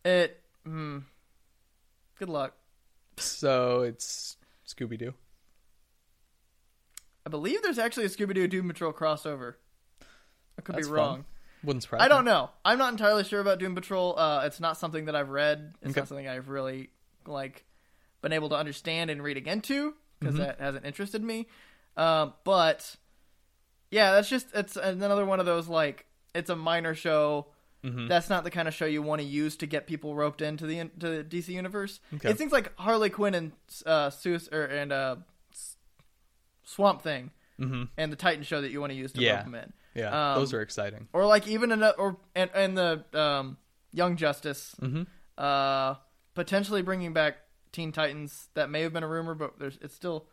Speaker 1: it. Mm, good luck.
Speaker 2: So it's Scooby Doo.
Speaker 1: I believe there's actually a Scooby Doo Doom Patrol crossover. I could
Speaker 2: That's
Speaker 1: be
Speaker 2: fun.
Speaker 1: wrong.
Speaker 2: Wouldn't surprise
Speaker 1: I don't
Speaker 2: me.
Speaker 1: know. I'm not entirely sure about Doom Patrol. Uh, it's not something that I've read. It's
Speaker 2: Okay.
Speaker 1: not something I've really like been able to understand and reading into
Speaker 2: Mm-hmm.
Speaker 1: because that hasn't interested me. Um, but yeah, that's just it's another one of those like it's a minor show.
Speaker 2: Mm-hmm.
Speaker 1: That's not the kind of show you want to use to get people roped into the to the DC universe.
Speaker 2: Okay.
Speaker 1: It's things like Harley Quinn and uh, Seuss or and uh, S- Swamp Thing
Speaker 2: Mhm.
Speaker 1: and the Titan show that you want to use to
Speaker 2: Yeah.
Speaker 1: rope them in
Speaker 2: Yeah,
Speaker 1: Um,
Speaker 2: those are exciting.
Speaker 1: or like even in a, or and, and the um, Young Justice,
Speaker 2: Mhm.
Speaker 1: uh, potentially bringing back Teen Titans. That may have been a rumor, but there's it's still,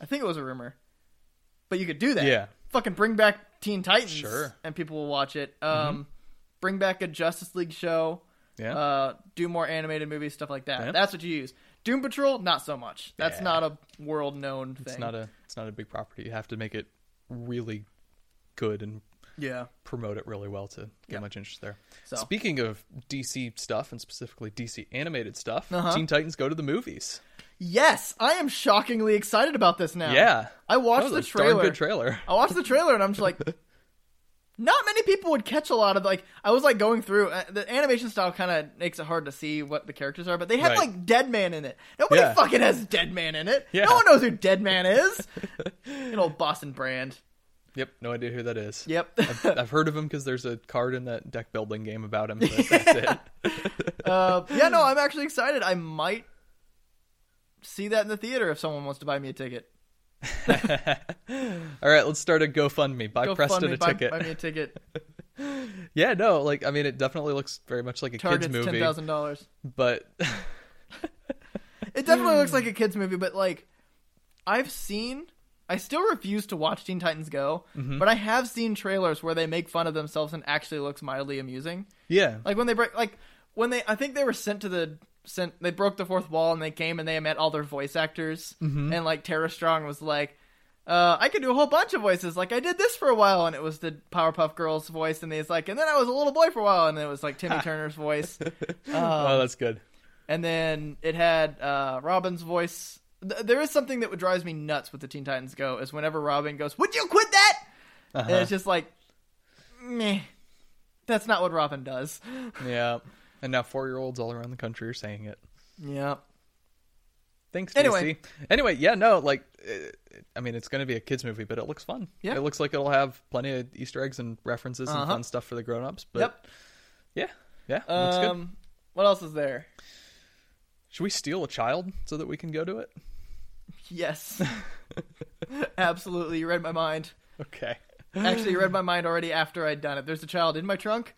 Speaker 1: I think it was a rumor, but you could do that.
Speaker 2: Yeah.
Speaker 1: fucking bring back Teen Titans,
Speaker 2: Sure. Mm-hmm.
Speaker 1: and people will watch it. Um, bring back a Justice League show.
Speaker 2: Yeah.
Speaker 1: Uh, do more animated movies, stuff like that.
Speaker 2: Yeah.
Speaker 1: That's what you use. Doom Patrol, not so much. That's
Speaker 2: Yeah.
Speaker 1: not a world known thing.
Speaker 2: it's not a it's not a big property. You have to make it really good and
Speaker 1: yeah.
Speaker 2: promote it really well to get
Speaker 1: Yeah.
Speaker 2: much interest there.
Speaker 1: So.
Speaker 2: Speaking of DC stuff and specifically DC animated stuff,
Speaker 1: Uh-huh.
Speaker 2: Teen Titans go to the movies.
Speaker 1: Yes, I am shockingly excited about this now.
Speaker 2: Yeah.
Speaker 1: I watched
Speaker 2: That was
Speaker 1: the
Speaker 2: a darn
Speaker 1: trailer.
Speaker 2: good trailer.
Speaker 1: I watched the trailer and I'm just like, not many people would catch a lot of like. I was like going through uh, the animation style kind of makes it hard to see what the characters are, but they had
Speaker 2: Right.
Speaker 1: like Dead Man in it. Nobody
Speaker 2: Yeah.
Speaker 1: fucking has Dead Man in it.
Speaker 2: Yeah.
Speaker 1: No one knows who Dead Man is. An old Boston brand.
Speaker 2: Yep, no idea who that is.
Speaker 1: Yep.
Speaker 2: I've, I've heard of him because there's a card in that deck building game about him. But that's it.
Speaker 1: uh, yeah, no, I'm actually excited. I might see that in the theater if someone wants to buy me a ticket.
Speaker 2: All right, let's start a GoFundMe. Buy
Speaker 1: Go
Speaker 2: Preston
Speaker 1: fund me,
Speaker 2: a
Speaker 1: buy,
Speaker 2: ticket.
Speaker 1: buy me a ticket.
Speaker 2: yeah, no, like I mean, it definitely looks very much like a
Speaker 1: Target's
Speaker 2: kids movie,
Speaker 1: ten thousand dollars.
Speaker 2: but
Speaker 1: It definitely looks like a kids movie, but like I've seen I still refuse to watch Teen Titans Go, but I have seen trailers where they make fun of themselves and actually looks mildly amusing.
Speaker 2: yeah,
Speaker 1: Like when they break like when they I think they were sent to the sent they broke the fourth wall and they came and they met all their voice actors and like Tara Strong was like uh, I could do a whole bunch of voices. Like I did this for a while, and it was the Powerpuff Girls voice, and he's like, and then I was a little boy for a while, and it was like Timmy Turner's voice. Um,
Speaker 2: oh, that's good.
Speaker 1: And then it had uh, Robin's voice. Th- there is something that would drives me nuts with the Teen Titans Go is whenever Robin goes, "Would you quit that?" And
Speaker 2: Uh-huh.
Speaker 1: it's just like, meh. That's not what Robin does.
Speaker 2: Yeah, and now four-year-olds all around the country are saying it.
Speaker 1: yeah.
Speaker 2: Thanks,
Speaker 1: Anyway.
Speaker 2: DC. Anyway, yeah, no, like, uh, I mean, it's going to be a kids movie, but it looks fun.
Speaker 1: Yeah.
Speaker 2: it looks like it'll have plenty of Easter eggs and references and
Speaker 1: Uh-huh.
Speaker 2: fun stuff for the grown-ups. But
Speaker 1: Yep.
Speaker 2: yeah, yeah, looks good.
Speaker 1: Um, what else is there?
Speaker 2: Should we steal a child so that we can go to it?
Speaker 1: Yes. Absolutely. You read my mind.
Speaker 2: Okay.
Speaker 1: Actually, you read my mind already after I'd done it. There's a child in my trunk.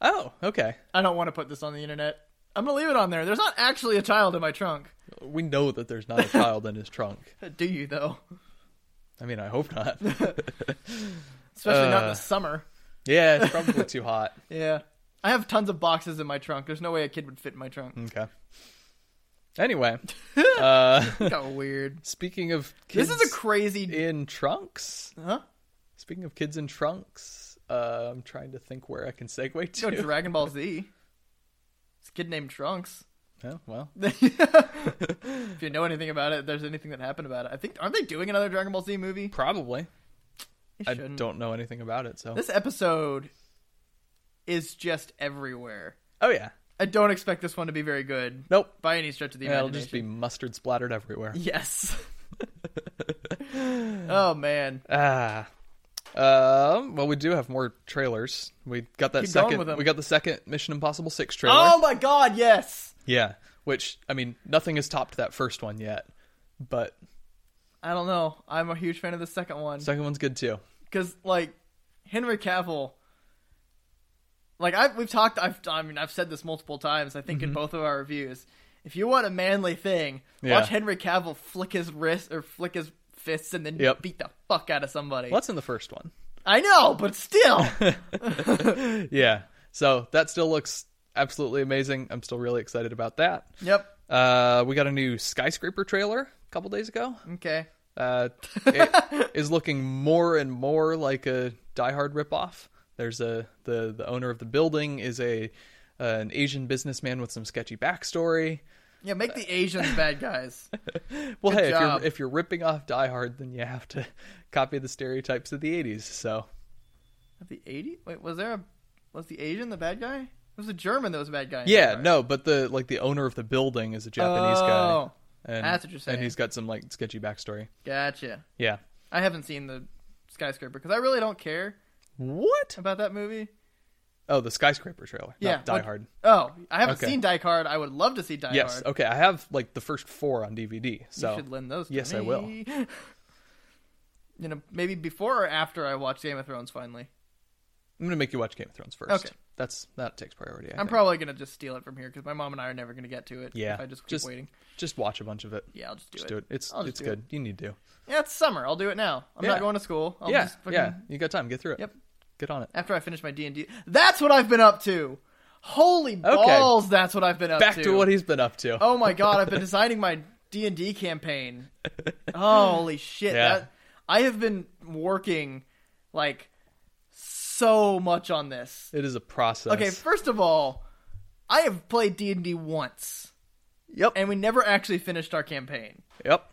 Speaker 2: Oh, okay.
Speaker 1: I don't want to put this on the internet. I'm going to leave it on there. There's not actually a child in my trunk.
Speaker 2: We know that there's not a child in his trunk.
Speaker 1: Do you, though?
Speaker 2: I mean, I hope not.
Speaker 1: Especially not in
Speaker 2: Uh.
Speaker 1: the summer.
Speaker 2: yeah, it's probably too hot.
Speaker 1: Yeah. I have tons of boxes in my trunk. There's no way a kid would fit in my trunk.
Speaker 2: Okay. Anyway, uh,
Speaker 1: Got weird.
Speaker 2: speaking of kids
Speaker 1: This is a crazy.
Speaker 2: in trunks,
Speaker 1: Huh?
Speaker 2: speaking of kids in trunks, uh, I'm trying to think where I can segue
Speaker 1: Go
Speaker 2: to.
Speaker 1: to Dragon Ball Z. This kid named Trunks.
Speaker 2: Oh, well,
Speaker 1: if you know anything about it, if there's anything that happened about it, I think aren't they doing another Dragon Ball Z movie?
Speaker 2: probably.
Speaker 1: They
Speaker 2: I
Speaker 1: shouldn't.
Speaker 2: don't know anything about it, so.
Speaker 1: This episode is just everywhere.
Speaker 2: oh, yeah.
Speaker 1: I don't expect this one to be very good
Speaker 2: Nope.
Speaker 1: by any stretch of the
Speaker 2: Yeah, it'll
Speaker 1: imagination.
Speaker 2: just be mustard splattered everywhere.
Speaker 1: Yes. Oh man,
Speaker 2: Ah. Um, well, we do have more trailers. We got that
Speaker 1: Keep going with
Speaker 2: second.
Speaker 1: them.
Speaker 2: We got the second Mission Impossible Six trailer.
Speaker 1: oh my god, yes.
Speaker 2: Yeah, which I mean, nothing has topped that first one yet, but
Speaker 1: I don't know. I'm a huge fan of the second one
Speaker 2: second one's good too.
Speaker 1: because like Henry Cavill. Like I we've talked. I've I mean I've said this multiple times. I
Speaker 2: Mm-hmm.
Speaker 1: think in both of our reviews. If you want a manly thing,
Speaker 2: Yeah.
Speaker 1: watch Henry Cavill flick his wrist or flick his fists and then
Speaker 2: Yep.
Speaker 1: beat the fuck out of somebody.
Speaker 2: What's in the first one?
Speaker 1: I know, but still.
Speaker 2: Yeah, so that still looks absolutely amazing. I'm still really excited about that.
Speaker 1: yep.
Speaker 2: Uh, we got a new skyscraper trailer a couple days ago.
Speaker 1: Okay.
Speaker 2: Uh, it is looking more and more like a Die Hard ripoff. There's a the the owner of the building is a uh, an Asian businessman with some sketchy backstory.
Speaker 1: Yeah, make the Asians bad guys.
Speaker 2: Well,
Speaker 1: Good
Speaker 2: hey, if
Speaker 1: job.
Speaker 2: you're if you're ripping off Die Hard, then you have to copy the stereotypes of the '80s. So
Speaker 1: Of the 80? Wait, was there a was the Asian the bad guy? It was a German that was a bad guy. in
Speaker 2: yeah,
Speaker 1: Detroit.
Speaker 2: no, but the like the owner of the building is a Japanese
Speaker 1: Oh,
Speaker 2: guy. And,
Speaker 1: that's what you're saying.
Speaker 2: And he's got some like sketchy backstory.
Speaker 1: Gotcha.
Speaker 2: Yeah.
Speaker 1: I haven't seen the skyscraper because I really don't care
Speaker 2: What?
Speaker 1: about that movie.
Speaker 2: Oh, the skyscraper trailer.
Speaker 1: Yeah,
Speaker 2: not Die
Speaker 1: what-
Speaker 2: Hard.
Speaker 1: Oh, I haven't
Speaker 2: Okay.
Speaker 1: seen Die Hard. I would love to see Die
Speaker 2: Yes.
Speaker 1: Hard.
Speaker 2: Okay, I have like the first four on DVD. So
Speaker 1: you should lend those. To
Speaker 2: yes, I
Speaker 1: me.
Speaker 2: will.
Speaker 1: you know, maybe before or after I watch Game of Thrones. Finally,
Speaker 2: I'm gonna make you watch Game of Thrones first.
Speaker 1: Okay.
Speaker 2: That's that takes priority. I
Speaker 1: I'm
Speaker 2: think.
Speaker 1: probably gonna just steal it from here because my mom and I are never gonna get to it.
Speaker 2: yeah.
Speaker 1: if I just keep waiting.
Speaker 2: Just watch a bunch of it.
Speaker 1: Yeah, I'll just do
Speaker 2: just
Speaker 1: it.
Speaker 2: do it. It's
Speaker 1: I'll just
Speaker 2: it's
Speaker 1: do
Speaker 2: good. You need to.
Speaker 1: Yeah, it's summer. I'll do it now. I'm
Speaker 2: Yeah.
Speaker 1: not going to school. I'll
Speaker 2: yeah.
Speaker 1: just fucking
Speaker 2: yeah. You got time. Get through it.
Speaker 1: Yep.
Speaker 2: Get on it.
Speaker 1: after I finish my D and D. That's what I've been up to. Holy balls! That's what I've been up
Speaker 2: Back
Speaker 1: to.
Speaker 2: to what he's been up to.
Speaker 1: oh my god! I've been designing my D and D campaign. Holy shit!
Speaker 2: Yeah.
Speaker 1: That, I have been working like so much on this.
Speaker 2: It is a process.
Speaker 1: Okay, first of all, I have played D and D once,
Speaker 2: Yep.
Speaker 1: and we never actually finished our campaign.
Speaker 2: Yep.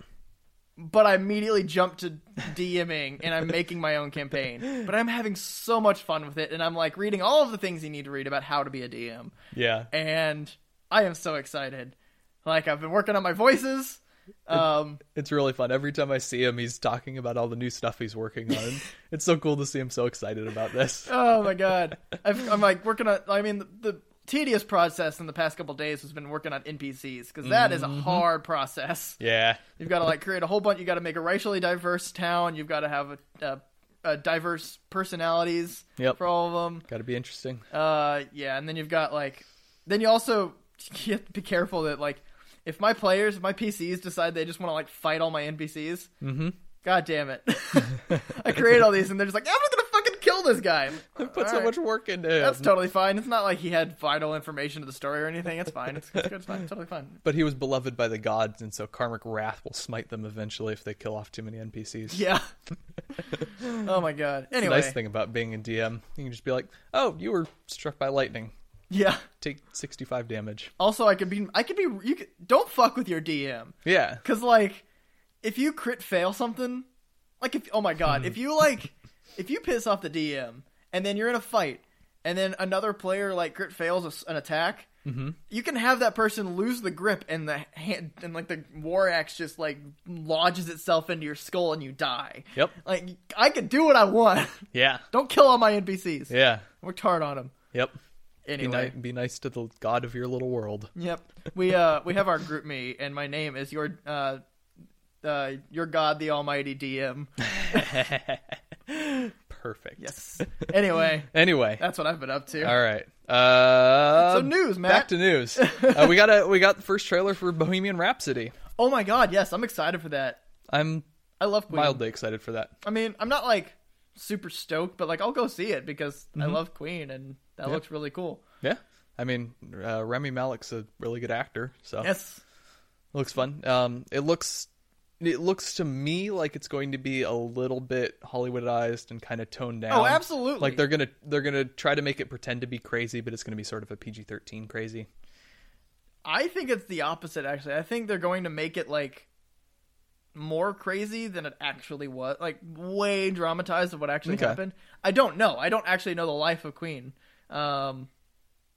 Speaker 1: But I immediately jumped to DMing and I'm making my own campaign. But I'm having so much fun with it, and I'm like reading all of the things you need to read about how to be a DM.
Speaker 2: Yeah.
Speaker 1: and I am so excited. Like I've been working on my voices. Um,
Speaker 2: It's really fun. Every time I see him, he's talking about all the new stuff he's working on. it's so cool to see him so excited about this.
Speaker 1: oh my god, I've, I'm like working on. I mean, the, the tedious process in the past couple days has been working on NPCs because that is a hard process.
Speaker 2: Yeah.
Speaker 1: You've got to like create a whole bunch. You got to make a racially diverse town. You've got to have a, a, a diverse personalities
Speaker 2: Yep.
Speaker 1: for all of them.
Speaker 2: Got to be interesting.
Speaker 1: Uh, yeah, and then you've got like, then you also you have to be careful that like, if my players, if my PCs decide they just want to like fight all my NPCs, mm-hmm. god damn it, I create all these and they're just like, I'm just gonna fucking kill this guy.
Speaker 2: I put so
Speaker 1: Alright.
Speaker 2: much work into him.
Speaker 1: That's totally fine. It's not like he had vital information to the story or anything. It's fine. It's, it's, good. it's fine. It's totally fine.
Speaker 2: but he was beloved by the gods, and so karmic wrath will smite them eventually if they kill off too many NPCs.
Speaker 1: Yeah. oh my god.
Speaker 2: It's
Speaker 1: Anyway.
Speaker 2: the nice thing about being a DM. You can just be like, "Oh, you were struck by lightning.
Speaker 1: Yeah.
Speaker 2: Take 65 damage."
Speaker 1: Also, I could be. I could be. You could, don't fuck with your DM.
Speaker 2: Yeah.
Speaker 1: Cause like, if you crit fail something, like if oh my god, if you like, if you piss off the DM and then you're in a fight and then another player like crit fails a s an attack, you can have that person lose the grip and the hand and like the war axe just like lodges itself into your skull and you die.
Speaker 2: Yep.
Speaker 1: Like I could do what I want.
Speaker 2: Yeah.
Speaker 1: Don't kill all my NPCs.
Speaker 2: Yeah.
Speaker 1: Worked hard on them.
Speaker 2: Yep. Be,
Speaker 1: Anyway.
Speaker 2: ni- be nice to the god of your little world.
Speaker 1: Yep. We uh we have our group me and my name is your uh uh your god the almighty DM.
Speaker 2: Perfect.
Speaker 1: Yes. Anyway,
Speaker 2: Anyway,
Speaker 1: that's what I've been up to.
Speaker 2: all right. Uh,
Speaker 1: So news, Matt.
Speaker 2: Back to news. uh, we got a we got the first trailer for Bohemian Rhapsody.
Speaker 1: Oh my god, yes, I'm excited for that.
Speaker 2: I'm
Speaker 1: I love Queen.
Speaker 2: mildly excited for that.
Speaker 1: I mean, I'm not like super stoked, but like I'll go see it because I
Speaker 2: Mm-hmm.
Speaker 1: love Queen and that looks really cool.
Speaker 2: Yeah. I mean, uh, Remy Malek's a really good actor, so
Speaker 1: Yes.
Speaker 2: looks fun. Um, it looks it looks to me like it's going to be a little bit Hollywoodized and kind of toned down.
Speaker 1: Oh, absolutely.
Speaker 2: Um, Like they're gonna they're gonna try to make it pretend to be crazy, but it's gonna be sort of a PG thirteen crazy.
Speaker 1: I think it's the opposite actually. I think they're going to make it like more crazy than it actually was, like way dramatized of what actually
Speaker 2: Okay.
Speaker 1: happened. I don't know. I don't actually know the life of Queen. Um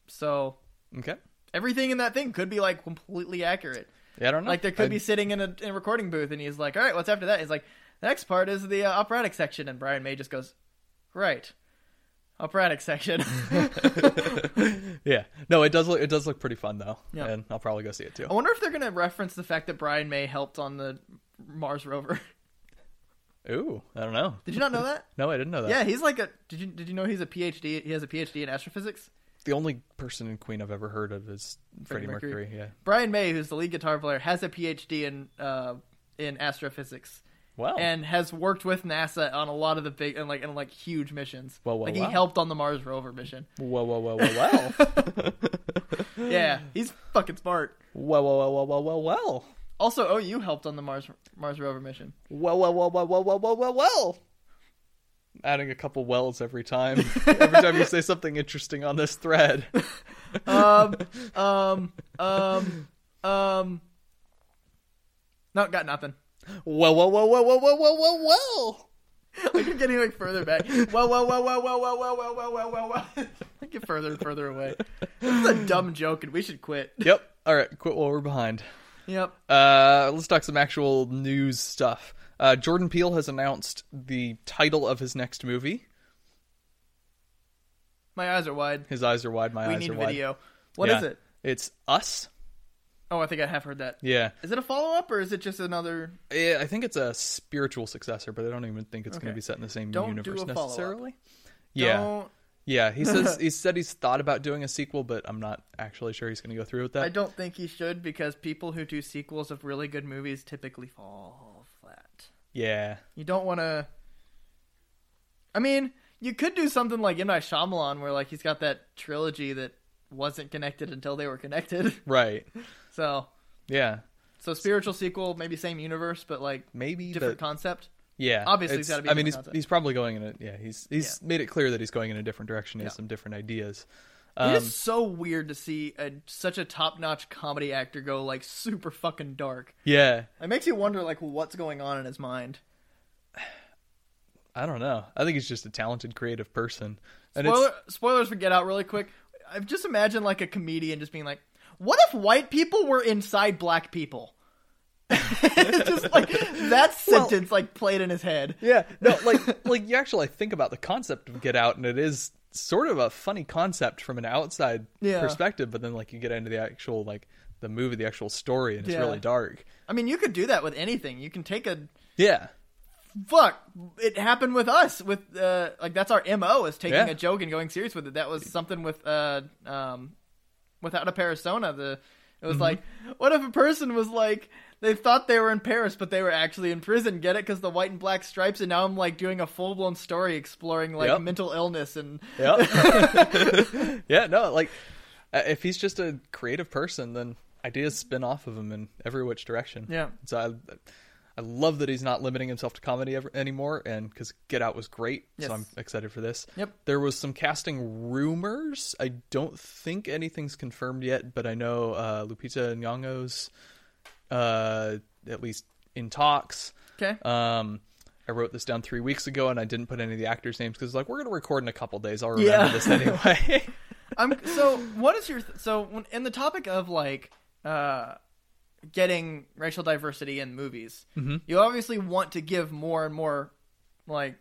Speaker 1: so
Speaker 2: Okay.
Speaker 1: everything in that thing could be like completely accurate.
Speaker 2: Yeah, I don't know.
Speaker 1: Like there could
Speaker 2: I-
Speaker 1: be sitting in a, in a recording booth and he's like, "All right, what's after that?" He's like, The next part is the uh, operatic section, and Brian May just goes, "Right, operatic section."
Speaker 2: yeah. No, it does look it does look pretty fun though,
Speaker 1: Yeah. Oh.
Speaker 2: and I'll probably go see it too.
Speaker 1: I wonder if they're gonna reference the fact that Brian May helped on the Mars rover.
Speaker 2: Ooh, I don't know.
Speaker 1: Did you not know that?
Speaker 2: No, I didn't know that.
Speaker 1: yeah, he's like a. Did you did you know he's a PhD? He has a PhD in astrophysics.
Speaker 2: The only person in Queen I've ever heard of is Freddie,
Speaker 1: Freddie
Speaker 2: Mercury.
Speaker 1: Mercury.
Speaker 2: Yeah.
Speaker 1: Brian May, who's the lead guitar player, has a PhD in uh, in astrophysics
Speaker 2: Wow.
Speaker 1: and has worked with NASA on a lot of the big and like and like huge missions.
Speaker 2: Well, well,
Speaker 1: like
Speaker 2: wow.
Speaker 1: he helped on the Mars rover mission.
Speaker 2: whoa, whoa, whoa, whoa, whoa.
Speaker 1: Yeah, he's fucking smart.
Speaker 2: Whoa, whoa, whoa, whoa, whoa, whoa.
Speaker 1: Also, OU helped on the Mars Mars rover mission.
Speaker 2: Whoa, whoa, whoa, whoa, whoa, whoa, whoa, whoa, whoa. Adding a couple wells every time. every time you say something interesting on this thread.
Speaker 1: Um, um, um, um. No, got nothing.
Speaker 2: Whoa, whoa, whoa, whoa, whoa, whoa, whoa, whoa, whoa.
Speaker 1: I keep getting like further back. Whoa, whoa, whoa, whoa, whoa, whoa, whoa, whoa, whoa, whoa, whoa. I get further and further away. This is a dumb joke, and we should quit.
Speaker 2: Yep. All right. Quit while we're behind.
Speaker 1: Yep.
Speaker 2: Uh, let's talk some actual news stuff. Uh, Jordan Peele has announced the title of his next movie.
Speaker 1: My eyes are wide.
Speaker 2: His eyes are wide. My
Speaker 1: We
Speaker 2: eyes
Speaker 1: need
Speaker 2: are wide.
Speaker 1: video. What is
Speaker 2: Yeah.
Speaker 1: it?
Speaker 2: It's Us.
Speaker 1: Oh, I think I have heard that. Is
Speaker 2: Yeah.
Speaker 1: it a follow up or is it just another?
Speaker 2: Eh, I think it's a spiritual successor, but I don't even think it's going to
Speaker 1: Okay.
Speaker 2: be set in the same
Speaker 1: Don't do
Speaker 2: universe
Speaker 1: a follow-up.
Speaker 2: necessarily. Yeah.
Speaker 1: Don't,
Speaker 2: Yeah, he says he said he's thought about doing a sequel, but I'm not actually sure he's going to go through with that.
Speaker 1: I don't think he should because people who do sequels of really good movies typically fall flat.
Speaker 2: Yeah,
Speaker 1: You don't want to. I mean, you could do something like M Night Shyamalan, where like he's got that trilogy that wasn't connected until they were connected.
Speaker 2: right.
Speaker 1: So,
Speaker 2: Yeah,
Speaker 1: so spiritual sequel, maybe same universe, but like
Speaker 2: maybe.
Speaker 1: different
Speaker 2: but
Speaker 1: concept.
Speaker 2: yeah,
Speaker 1: obviously it's
Speaker 2: it's-
Speaker 1: gotta be
Speaker 2: I
Speaker 1: different
Speaker 2: mean, he's
Speaker 1: concept.
Speaker 2: he's probably going in a yeah. He's he's made it clear that he's going in a different direction. He has
Speaker 1: Yeah.
Speaker 2: some different ideas.
Speaker 1: it
Speaker 2: Um,
Speaker 1: is so weird to see a, such a top-notch comedy actor go like super fucking dark.
Speaker 2: yeah,
Speaker 1: It makes you wonder like what's going on in his mind.
Speaker 2: I don't know. I think he's just a talented, creative person. And
Speaker 1: Spoiler,
Speaker 2: it's
Speaker 1: spoilers for Get Out, really quick. I've just imagined like a comedian just being like, "What if white people were inside black people?" just like that
Speaker 2: Well-
Speaker 1: sentence like played in his head.
Speaker 2: yeah, no, like like you actually think about the concept of Get Out, and it is sort of a funny concept from an outside
Speaker 1: Yeah.
Speaker 2: perspective. But then, like, you get into the actual like the movie, the actual story, and it's
Speaker 1: Yeah.
Speaker 2: really dark.
Speaker 1: I mean, you could do that with anything. You can take a
Speaker 2: Yeah.
Speaker 1: fuck. It happened with us with uh like that's our mo is taking
Speaker 2: Yeah.
Speaker 1: a joke and going serious with it. That was something with uh um without a persona. The it was
Speaker 2: Mm-hmm.
Speaker 1: like what if a person was like they thought they were in Paris but they were actually in prison. Get it because the white and black stripes. And now I'm like doing a full blown story exploring like
Speaker 2: Yep.
Speaker 1: mental illness and
Speaker 2: Yeah. yeah, no, like uh, if he's just a creative person, then ideas spin off of him in every which direction.
Speaker 1: Yeah.
Speaker 2: So I I love that he's not limiting himself to comedy ever, anymore and cuz Get Out was great,
Speaker 1: Yes.
Speaker 2: so I'm excited for this.
Speaker 1: Yep.
Speaker 2: There was some casting rumors. I don't think anything's confirmed yet, but I know uh Lupita Nyong'o's uh at least in talks.
Speaker 1: okay.
Speaker 2: Um, I wrote this down three weeks ago, and I didn't put any of the actors' names because, like, we're gonna record in a couple days. I'll remember
Speaker 1: Yeah.
Speaker 2: this anyway.
Speaker 1: I'm so. What is your th- so when, in the topic of like uh, getting racial diversity in movies?
Speaker 2: Mm-hmm.
Speaker 1: You obviously want to give more and more like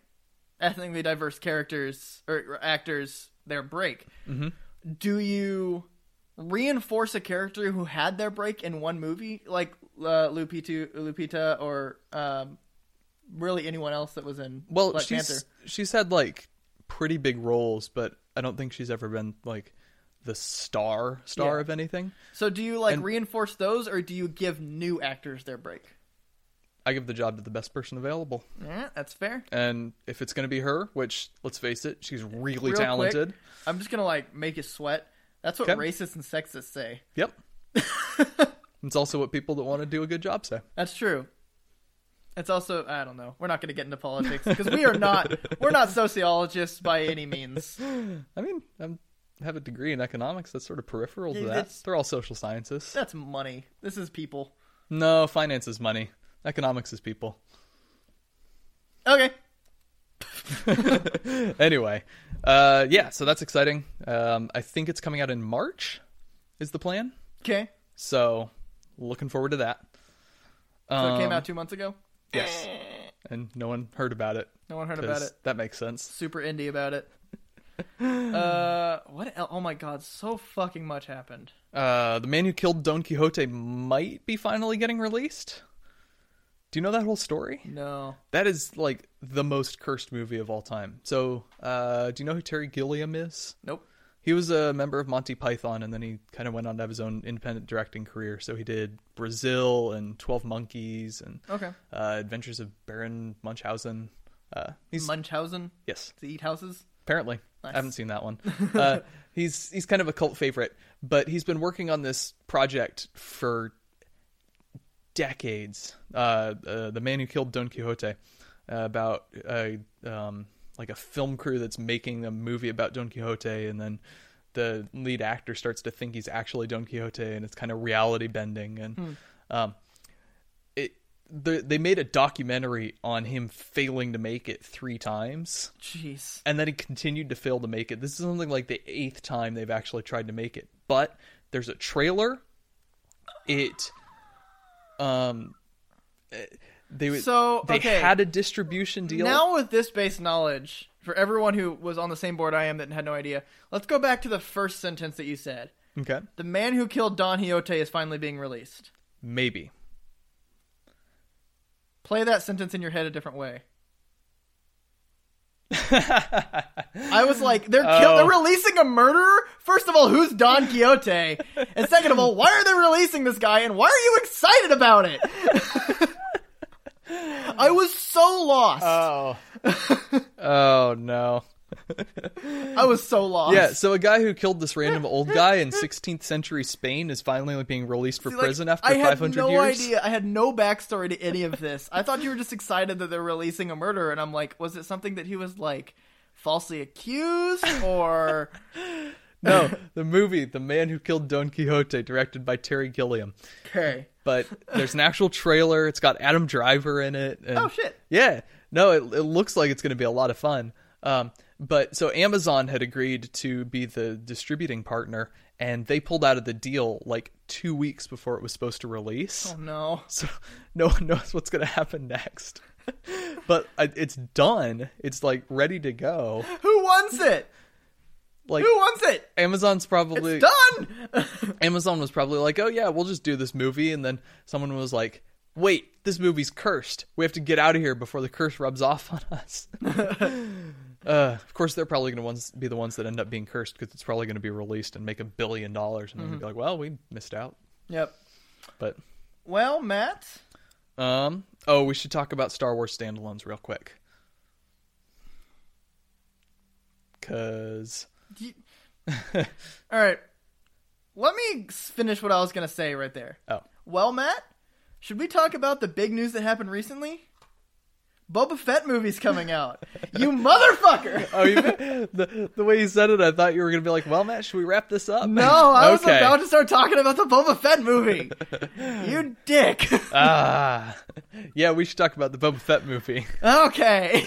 Speaker 1: ethnically diverse characters or, or actors their break.
Speaker 2: Mm-hmm.
Speaker 1: Do you reinforce a character who had their break in one movie, like uh, Lupita, Lupita, or um, really anyone else that was in
Speaker 2: well,
Speaker 1: Black
Speaker 2: she's
Speaker 1: Panther?
Speaker 2: she's had like pretty big roles, but I don't think she's ever been like the star star
Speaker 1: Yeah.
Speaker 2: of anything.
Speaker 1: So do you like
Speaker 2: and-
Speaker 1: reinforce those, or do you give new actors their break?
Speaker 2: I give the job to the best person available,
Speaker 1: Yeah, that's fair.
Speaker 2: and if it's gonna be her, which let's face it, she's really
Speaker 1: Real
Speaker 2: talented.
Speaker 1: quick, I'm just gonna like make you sweat. That's what
Speaker 2: Okay.
Speaker 1: racists and sexists say.
Speaker 2: Yep. it's also what people that want to do a good job say.
Speaker 1: That's true. It's also I don't know. We're not gonna get into politics because we are not we're not sociologists by any means.
Speaker 2: I mean, I'm, I have a degree in economics. That's sort of peripheral to
Speaker 1: Yeah,
Speaker 2: that.
Speaker 1: that's-
Speaker 2: They're all social sciences.
Speaker 1: That's money. This is people.
Speaker 2: No, finance is money. Economics is people.
Speaker 1: Okay.
Speaker 2: Anyway, uh, yeah, so that's exciting. Um, I think it's coming out in March, is the plan.
Speaker 1: Okay.
Speaker 2: So, looking forward to that.
Speaker 1: So
Speaker 2: Um,
Speaker 1: it came out two months ago.
Speaker 2: Yes. and no one heard about it.
Speaker 1: No one heard about
Speaker 2: 'cause
Speaker 1: it.
Speaker 2: That makes sense.
Speaker 1: Super indie about it. uh, what? El- oh my god, so fucking much happened.
Speaker 2: Uh, the man who killed Don Quixote might be finally getting released. Do you know that whole story?
Speaker 1: No,
Speaker 2: That is like the most cursed movie of all time. So, uh, do you know who Terry Gilliam is?
Speaker 1: nope.
Speaker 2: He was a member of Monty Python, and then he kind of went on to have his own independent directing career. So he did Brazil and Twelve Monkeys and
Speaker 1: Okay.
Speaker 2: uh, Adventures of Baron Munchausen. Uh, he's
Speaker 1: Munchausen
Speaker 2: yes,
Speaker 1: to eat houses.
Speaker 2: apparently.
Speaker 1: Nice.
Speaker 2: I haven't seen that one. Uh, he's he's kind of a cult favorite, but he's been working on this project for decades. Uh, uh, the man who killed Don Quixote, uh, about uh, um, like a film crew that's making a movie about Don Quixote, and then the lead actor starts to think he's actually Don Quixote, and it's kind of reality bending. And um, it the, they made a documentary on him failing to make it three times
Speaker 1: Jeez.
Speaker 2: and then he continued to fail to make it. This is something like the eighth time they've actually tried to make it. But there's a trailer. It, um, eh, they would-
Speaker 1: So,
Speaker 2: they
Speaker 1: okay.
Speaker 2: had a distribution deal.
Speaker 1: Now with this base knowledge, for everyone who was on the same board I am that had no idea, let's go back to the first sentence that you said.
Speaker 2: okay,
Speaker 1: The man who killed Don Quixote is finally being released.
Speaker 2: maybe
Speaker 1: Play that sentence in your head a different way. I was like, they're kill-
Speaker 2: Oh.
Speaker 1: they're releasing a murderer. First of all, who's Don Quixote? and second of all, why are they releasing this guy? And why are you excited about it? I was so lost.
Speaker 2: Oh, oh no.
Speaker 1: I was so lost.
Speaker 2: Yeah, so a guy who killed this random old guy in 16th century Spain is finally being released for
Speaker 1: See, like,
Speaker 2: prison after
Speaker 1: I had
Speaker 2: 500
Speaker 1: no
Speaker 2: years.
Speaker 1: idea. I had no backstory to any of this. I thought you were just excited that they're releasing a murderer, and I'm like, was it something that he was like falsely accused or?
Speaker 2: No, the movie, The Man Who Killed Don Quixote, directed by Terry Gilliam.
Speaker 1: okay.
Speaker 2: but there's an actual trailer. It's got Adam Driver in it. And
Speaker 1: Oh, shit.
Speaker 2: Yeah, no, it, it looks like it's going to be a lot of fun. Um, but so Amazon had agreed to be the distributing partner, and they pulled out of the deal like two weeks before it was supposed to release.
Speaker 1: Oh no.
Speaker 2: So no one knows what's going to happen next. but I- it's done. It's like ready to go.
Speaker 1: Who wants it?
Speaker 2: Like
Speaker 1: Who wants it?
Speaker 2: Amazon's probably
Speaker 1: It's done.
Speaker 2: Amazon was probably like, "Oh yeah, we'll just do this movie," and then someone was like, "Wait, this movie's cursed. We have to get out of here before the curse rubs off on us." uh, of course, they're probably going to ones be the ones that end up being cursed because it's probably going to be released and make a billion dollars, and
Speaker 1: Mm-hmm.
Speaker 2: then be like, "Well, we missed out."
Speaker 1: yep.
Speaker 2: But
Speaker 1: Well, Matt,
Speaker 2: um, oh, we should talk about Star Wars standalones real quick, because
Speaker 1: do you- all right. Let me s- finish what I was gonna say right there.
Speaker 2: oh,
Speaker 1: Well, Matt, should we talk about the big news that happened recently? Boba Fett movie's coming out. you motherfucker!
Speaker 2: oh, you, the the way you said it, I thought you were going to be like, "Well, Matt, should we wrap this up?"
Speaker 1: No, I was
Speaker 2: Okay.
Speaker 1: about to start talking about the Boba Fett movie. you dick.
Speaker 2: Ah, yeah, we should talk about the Boba Fett movie.
Speaker 1: okay.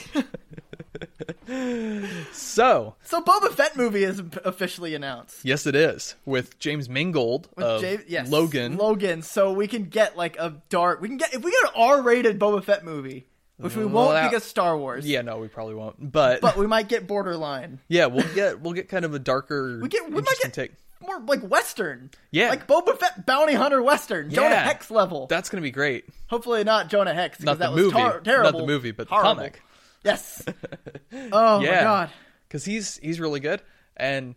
Speaker 2: So,
Speaker 1: so Boba Fett movie is officially announced.
Speaker 2: yes, it is with James Mangold of
Speaker 1: Jay- yes,
Speaker 2: Logan.
Speaker 1: Logan. So we can get like a dark. We can get if we get an R-rated Boba Fett movie, which we won't
Speaker 2: Mm, that-
Speaker 1: because Star Wars.
Speaker 2: yeah, no, we probably won't. But,
Speaker 1: But we might get borderline.
Speaker 2: yeah, we'll get we'll get kind of a darker,
Speaker 1: We get- we might
Speaker 2: interesting
Speaker 1: get-
Speaker 2: take.
Speaker 1: More like Western.
Speaker 2: Yeah.
Speaker 1: Like Boba Fett Bounty Hunter Western. Jonah
Speaker 2: Yeah.
Speaker 1: Hex level.
Speaker 2: That's gonna be great.
Speaker 1: Hopefully not Jonah Hex because
Speaker 2: Not
Speaker 1: that
Speaker 2: the
Speaker 1: was
Speaker 2: movie,
Speaker 1: tar- terrible.
Speaker 2: not the movie, but the
Speaker 1: Horrible.
Speaker 2: comic.
Speaker 1: Yes. Oh my
Speaker 2: Yeah.
Speaker 1: god.
Speaker 2: because he's he's really good, and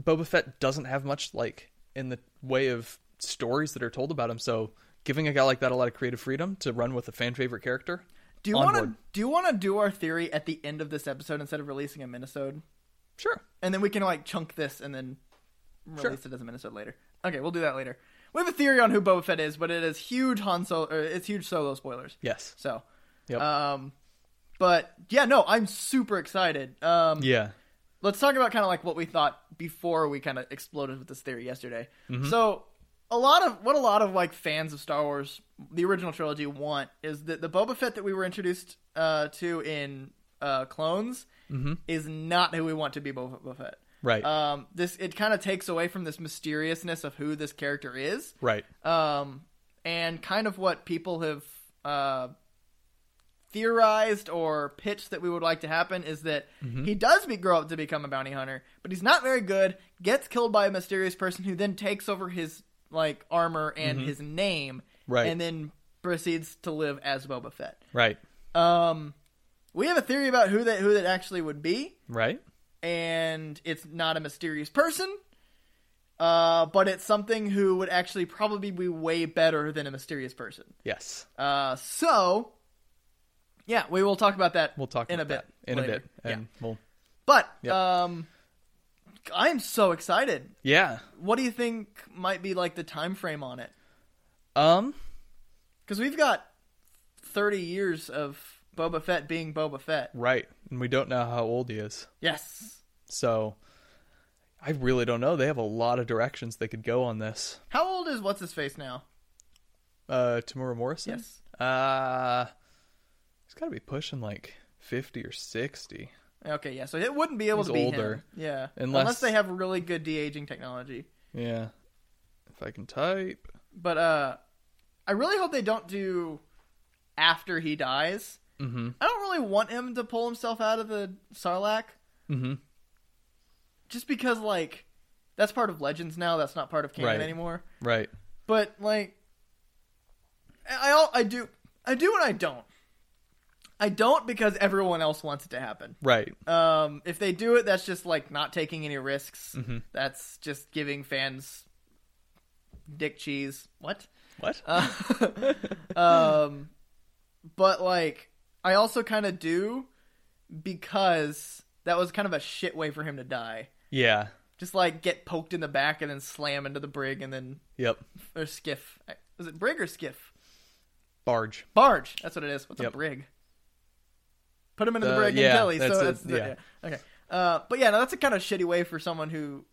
Speaker 2: Boba Fett doesn't have much like in the way of stories that are told about him. So, giving a guy like that a lot of creative freedom to run with a fan favorite character.
Speaker 1: Do you
Speaker 2: on
Speaker 1: want to
Speaker 2: board.
Speaker 1: do you want to do our theory at the end of this episode instead of releasing a minisode,
Speaker 2: Sure.
Speaker 1: and then we can like chunk this and then release it as a minisode later? Okay, we'll do that later. We have a theory on who Boba Fett is, but it is huge Han Solo. Or it's huge Solo spoilers.
Speaker 2: Yes.
Speaker 1: So,
Speaker 2: Yep.
Speaker 1: um, but yeah, no, I'm super excited. Um,
Speaker 2: yeah.
Speaker 1: let's talk about kind of like what we thought before we kind of exploded with this theory yesterday. So, a lot of what a lot of like fans of Star Wars, the original trilogy, want is that the Boba Fett that we were introduced uh, to in uh, Clones is not who we want to be Boba Fett.
Speaker 2: Right.
Speaker 1: Um, this it kind of takes away from this mysteriousness of who this character is
Speaker 2: Right.
Speaker 1: um, and kind of what people have uh, theorized or pitched that we would like to happen is that he does be, grow up to become a bounty hunter, but he's not very good, gets killed by a mysterious person who then takes over his like armor and his name,
Speaker 2: Right.
Speaker 1: and then proceeds to live as Boba Fett.
Speaker 2: Right.
Speaker 1: Um, we have a theory about who that who that actually would be,
Speaker 2: Right.
Speaker 1: and it's not a mysterious person. Uh, but it's something who would actually probably be way better than a mysterious person.
Speaker 2: Yes.
Speaker 1: Uh, so, yeah, we will talk about that.
Speaker 2: We'll talk
Speaker 1: in
Speaker 2: about
Speaker 1: a bit.
Speaker 2: that in
Speaker 1: later.
Speaker 2: a bit. And we'll
Speaker 1: But
Speaker 2: Yep.
Speaker 1: um, I am so excited.
Speaker 2: Yeah.
Speaker 1: What do you think might be like the time frame on it?
Speaker 2: Um
Speaker 1: Because we've got thirty years of Boba Fett being Boba Fett.
Speaker 2: right. And we don't know how old he is.
Speaker 1: Yes.
Speaker 2: So I really don't know. They have a lot of directions they could go on this.
Speaker 1: How old is what's his face now?
Speaker 2: Uh Tamura Morrison?
Speaker 1: Yes.
Speaker 2: Uh he's gotta be pushing like fifty or sixty.
Speaker 1: Okay, yeah. So it wouldn't be able
Speaker 2: He's
Speaker 1: to be
Speaker 2: older.
Speaker 1: Him. Yeah.
Speaker 2: Unless-
Speaker 1: they have really good de aging technology.
Speaker 2: Yeah. If I can type.
Speaker 1: But uh, I really hope they don't do after he dies.
Speaker 2: Mm-hmm.
Speaker 1: I don't really want him to pull himself out of the Sarlacc,
Speaker 2: Mm-hmm.
Speaker 1: just because like that's part of Legends now. That's not part of canon
Speaker 2: Right.
Speaker 1: anymore.
Speaker 2: Right.
Speaker 1: But like, I I- I do I do and I don't. I don't because everyone else wants it to happen.
Speaker 2: Right.
Speaker 1: Um, if they do it, that's just like not taking any risks.
Speaker 2: Mhm.
Speaker 1: That's just giving fans dick cheese. What?
Speaker 2: What?
Speaker 1: Uh, um, but like, I also kind of do because that was kind of a shit way for him to die.
Speaker 2: yeah.
Speaker 1: Just like get poked in the back and then slam into the brig and then
Speaker 2: Yep.
Speaker 1: or skiff. Was it brig or skiff?
Speaker 2: Barge.
Speaker 1: Barge. That's what it is. What's a
Speaker 2: Yep.
Speaker 1: brig? Put him into the
Speaker 2: Uh,
Speaker 1: brig
Speaker 2: yeah,
Speaker 1: and Kelly.
Speaker 2: that's
Speaker 1: so
Speaker 2: it,
Speaker 1: that's the,
Speaker 2: yeah.
Speaker 1: yeah. okay. Uh, but yeah, no, that's a kind of shitty way for someone who,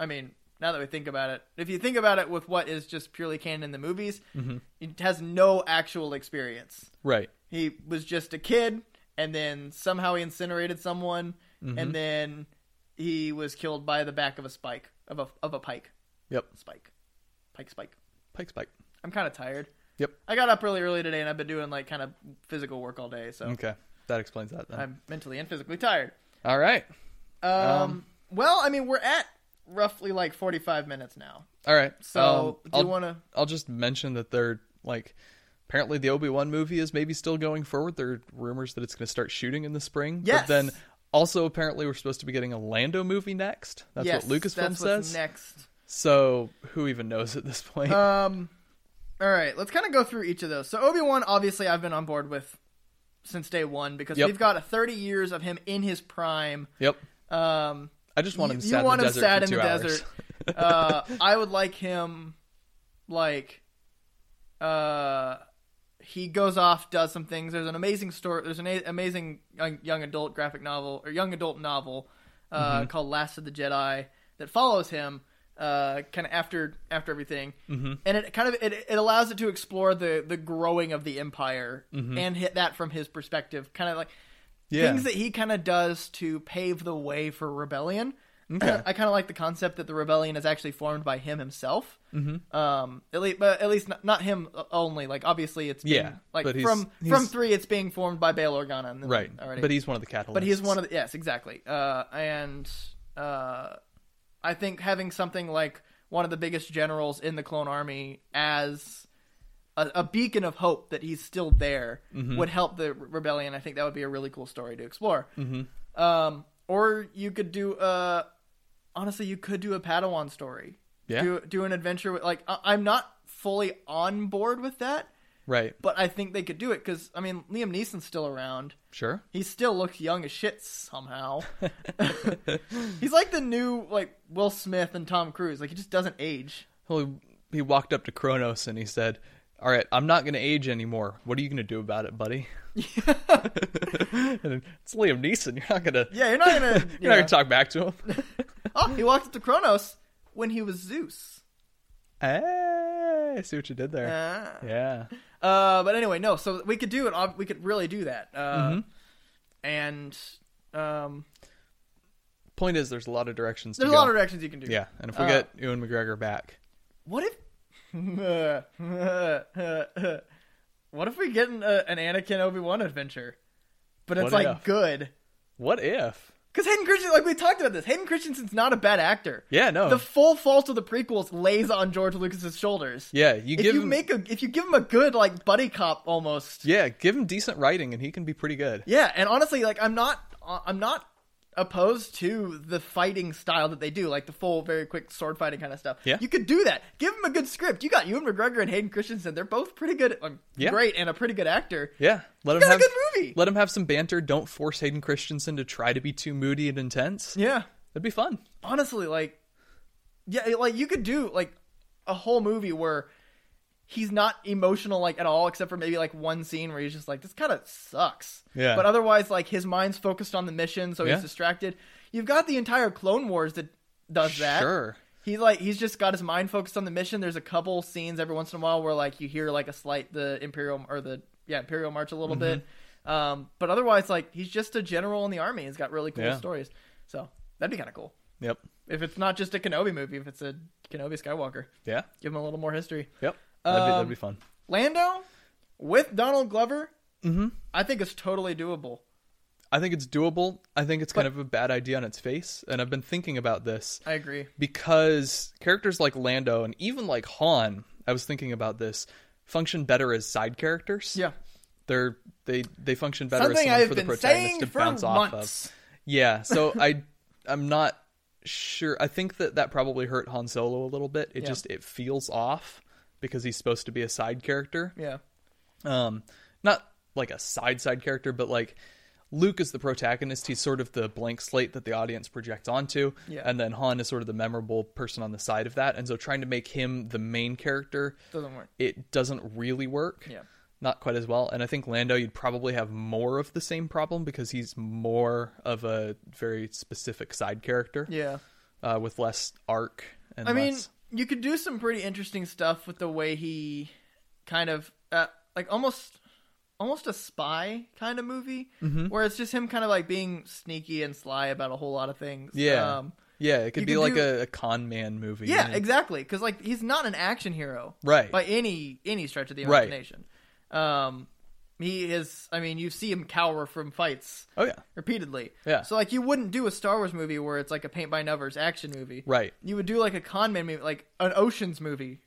Speaker 1: I mean, now that we think about it, if you think about it with what is just purely canon in the movies,
Speaker 2: Mm-hmm.
Speaker 1: he has no actual experience.
Speaker 2: Right.
Speaker 1: He was just a kid, and then somehow he incinerated someone,
Speaker 2: Mm-hmm.
Speaker 1: and then he was killed by the back of a spike of a of a pike
Speaker 2: Yep.
Speaker 1: spike, pike spike.
Speaker 2: Pike spike.
Speaker 1: I'm kind of tired.
Speaker 2: Yep.
Speaker 1: I got up really early today, and I've been doing like kind of physical work all day, so
Speaker 2: Okay. That explains that then.
Speaker 1: I'm mentally and physically tired.
Speaker 2: All right.
Speaker 1: Um, well, I mean, we're at roughly like 45 minutes now,
Speaker 2: All right.
Speaker 1: so do
Speaker 2: Um, I'll,
Speaker 1: you want to?
Speaker 2: I'll just mention that they're like apparently the Obi-Wan movie is maybe still going forward. There are rumors that it's going to start shooting in the spring.
Speaker 1: Yes.
Speaker 2: But then also apparently we're supposed to be getting a Lando movie next. That's
Speaker 1: yes,
Speaker 2: what Lucasfilm
Speaker 1: that's what's
Speaker 2: says.
Speaker 1: next.
Speaker 2: So who even knows at this point?
Speaker 1: Um, all right, let's kind of go through each of those. So Obi Wan, obviously, I've been on board with since day one because
Speaker 2: Yep.
Speaker 1: we've got a 30 years of him in his prime.
Speaker 2: yep.
Speaker 1: Um,
Speaker 2: I just want him
Speaker 1: you- you
Speaker 2: sad
Speaker 1: want
Speaker 2: in
Speaker 1: him
Speaker 2: the desert
Speaker 1: sad
Speaker 2: for
Speaker 1: in
Speaker 2: two
Speaker 1: the
Speaker 2: hours.
Speaker 1: desert. uh, I would like him, like, uh, he goes off, does some things. There's an amazing story. There's an a- amazing young, young adult graphic novel or young adult novel uh, called Last of the Jedi that follows him, uh, kind of after after everything, mm-hmm. and it kind of it, it allows it to explore the the growing of the empire and hit that from his perspective, kind of like
Speaker 2: Yeah.
Speaker 1: things that he kind of does to pave the way for rebellion.
Speaker 2: Okay.
Speaker 1: I kind of like the concept that the rebellion is actually formed by him himself. Mm-hmm. Um, at least, but at least not, not him only. Like obviously, it's being,
Speaker 2: Yeah,
Speaker 1: Like
Speaker 2: but he's-
Speaker 1: from from
Speaker 2: he's-
Speaker 1: three, it's being formed by Bail Organa. And then
Speaker 2: right.
Speaker 1: Already.
Speaker 2: But he's one of the catalysts.
Speaker 1: But he's one of the yes, exactly. Uh, and uh, I think having something like one of the biggest generals in the Clone Army as a, a beacon of hope that he's still there
Speaker 2: Mm-hmm.
Speaker 1: would help the re- rebellion. I think that would be a really cool story to explore. Mm-hmm. Um, or you could do a honestly, you could do a Padawan story.
Speaker 2: Yeah.
Speaker 1: Do do an adventure with like I, I'm not fully on board with that,
Speaker 2: Right.
Speaker 1: but I think they could do it because I mean Liam Neeson's still around.
Speaker 2: Sure.
Speaker 1: He still looks young as shit somehow. He's like the new like Will Smith and Tom Cruise. Like he just doesn't age.
Speaker 2: Well, he walked up to Kronos and he said, "All right, I'm not going to age anymore. What are you going to do about it, buddy?" and then, it's Liam Neeson. You're not going to.
Speaker 1: Yeah, you're not gonna.
Speaker 2: You're
Speaker 1: you
Speaker 2: not
Speaker 1: know.
Speaker 2: going to talk back to him.
Speaker 1: oh, he walked up to Kronos when he was Zeus.
Speaker 2: hey, I Eh, see what you did there.
Speaker 1: Ah.
Speaker 2: yeah.
Speaker 1: Uh, but anyway, no. So we could do it. ob- We could really do that. Uh,
Speaker 2: Mm-hmm.
Speaker 1: And um,
Speaker 2: Point is, there's a lot of directions.
Speaker 1: there's
Speaker 2: to
Speaker 1: a
Speaker 2: go.
Speaker 1: lot of directions you can do.
Speaker 2: Yeah, and if we
Speaker 1: Uh,
Speaker 2: get Ewan McGregor back,
Speaker 1: What if? What if we get an, uh, an Anakin Obi Wan adventure, but it's
Speaker 2: What
Speaker 1: like
Speaker 2: if?
Speaker 1: good?
Speaker 2: What if?
Speaker 1: Because Hayden Christensen, like we talked about this, Hayden Christensen's not a bad actor.
Speaker 2: Yeah, no.
Speaker 1: The full fault of the prequels lays on George Lucas's shoulders.
Speaker 2: yeah, you
Speaker 1: if
Speaker 2: give
Speaker 1: you
Speaker 2: him
Speaker 1: make a, if you give him a good like buddy cop almost,
Speaker 2: Yeah, give him decent writing and he can be pretty good.
Speaker 1: Yeah, and honestly, like I'm not, uh, I'm not opposed to the fighting style that they do, like the full, very quick sword fighting kind of stuff.
Speaker 2: Yeah.
Speaker 1: you could do that. Give them a good script. You got Ewan McGregor and Hayden Christensen. They're both pretty good, um,
Speaker 2: Yeah.
Speaker 1: great, and a pretty good actor.
Speaker 2: Yeah, let him
Speaker 1: got a
Speaker 2: have
Speaker 1: good movie.
Speaker 2: Let him have some banter. Don't force Hayden Christensen to try to be too moody and intense.
Speaker 1: Yeah,
Speaker 2: That'd be fun.
Speaker 1: honestly, like, yeah, like you could do like a whole movie where he's not emotional like at all, except for maybe like one scene where he's just like, this kind of sucks.
Speaker 2: Yeah.
Speaker 1: But otherwise, like his mind's focused on the mission, so
Speaker 2: Yeah.
Speaker 1: he's distracted. You've got the entire Clone Wars that does that.
Speaker 2: Sure.
Speaker 1: He's like he's just got his mind focused on the mission. There's a couple scenes every once in a while where like you hear like a slight the Imperial or the yeah Imperial March a little
Speaker 2: Mm-hmm.
Speaker 1: bit, um, but otherwise like he's just a general in the army. He's got really cool
Speaker 2: Yeah.
Speaker 1: stories, so that'd be kind of cool
Speaker 2: Yep.
Speaker 1: if it's not just a Kenobi movie. If it's a Kenobi Skywalker,
Speaker 2: Yeah.
Speaker 1: give him a little more history.
Speaker 2: Yep. That'd, be, that'd
Speaker 1: Um,
Speaker 2: be fun.
Speaker 1: Lando with Donald Glover,
Speaker 2: Mhm.
Speaker 1: I think is totally doable.
Speaker 2: I think it's doable. I think it's kind of a bad idea on its face, and I've been thinking about this
Speaker 1: I agree.
Speaker 2: because characters like Lando and even like Han, I was thinking about this, function better as side characters.
Speaker 1: Yeah,
Speaker 2: They're they they function better as
Speaker 1: something
Speaker 2: someone
Speaker 1: I've
Speaker 2: for the
Speaker 1: been
Speaker 2: protagonist to
Speaker 1: saying for
Speaker 2: bounce off of.
Speaker 1: months.
Speaker 2: Yeah, so I I'm not sure. I think that that probably hurt Han Solo a little bit. It
Speaker 1: Yeah.
Speaker 2: just it feels off because he's supposed to be a side character.
Speaker 1: Yeah,
Speaker 2: Um not like a side side character, but like Luke is the protagonist. He's sort of the blank slate that the audience projects onto.
Speaker 1: Yeah.
Speaker 2: And then Han is sort of the memorable person on the side of that. And so trying to make him the main character,
Speaker 1: doesn't work.
Speaker 2: it doesn't really work.
Speaker 1: Yeah.
Speaker 2: Not quite as well. And I think Lando, you'd probably have more of the same problem because he's more of a very specific side character
Speaker 1: Yeah.
Speaker 2: uh, with less arc and
Speaker 1: I mean,
Speaker 2: less.
Speaker 1: you could do some pretty interesting stuff with the way he kind of uh, like almost almost a spy kind of movie
Speaker 2: Mm-hmm.
Speaker 1: where it's just him kind of like being sneaky and sly about a whole lot of things.
Speaker 2: Yeah.
Speaker 1: Um,
Speaker 2: yeah, it could
Speaker 1: you
Speaker 2: be
Speaker 1: could
Speaker 2: like
Speaker 1: do-
Speaker 2: a, a con man movie.
Speaker 1: yeah,
Speaker 2: you know?
Speaker 1: exactly. Cuz like he's not an action hero
Speaker 2: Right.
Speaker 1: by any any stretch of the
Speaker 2: Right.
Speaker 1: imagination. Um he is I mean, you see him cower from fights
Speaker 2: Oh, yeah.
Speaker 1: repeatedly.
Speaker 2: Yeah.
Speaker 1: So like you wouldn't do a Star Wars movie where it's like a paint by numbers action movie.
Speaker 2: Right.
Speaker 1: You would do like a con man movie, like an Ocean's movie,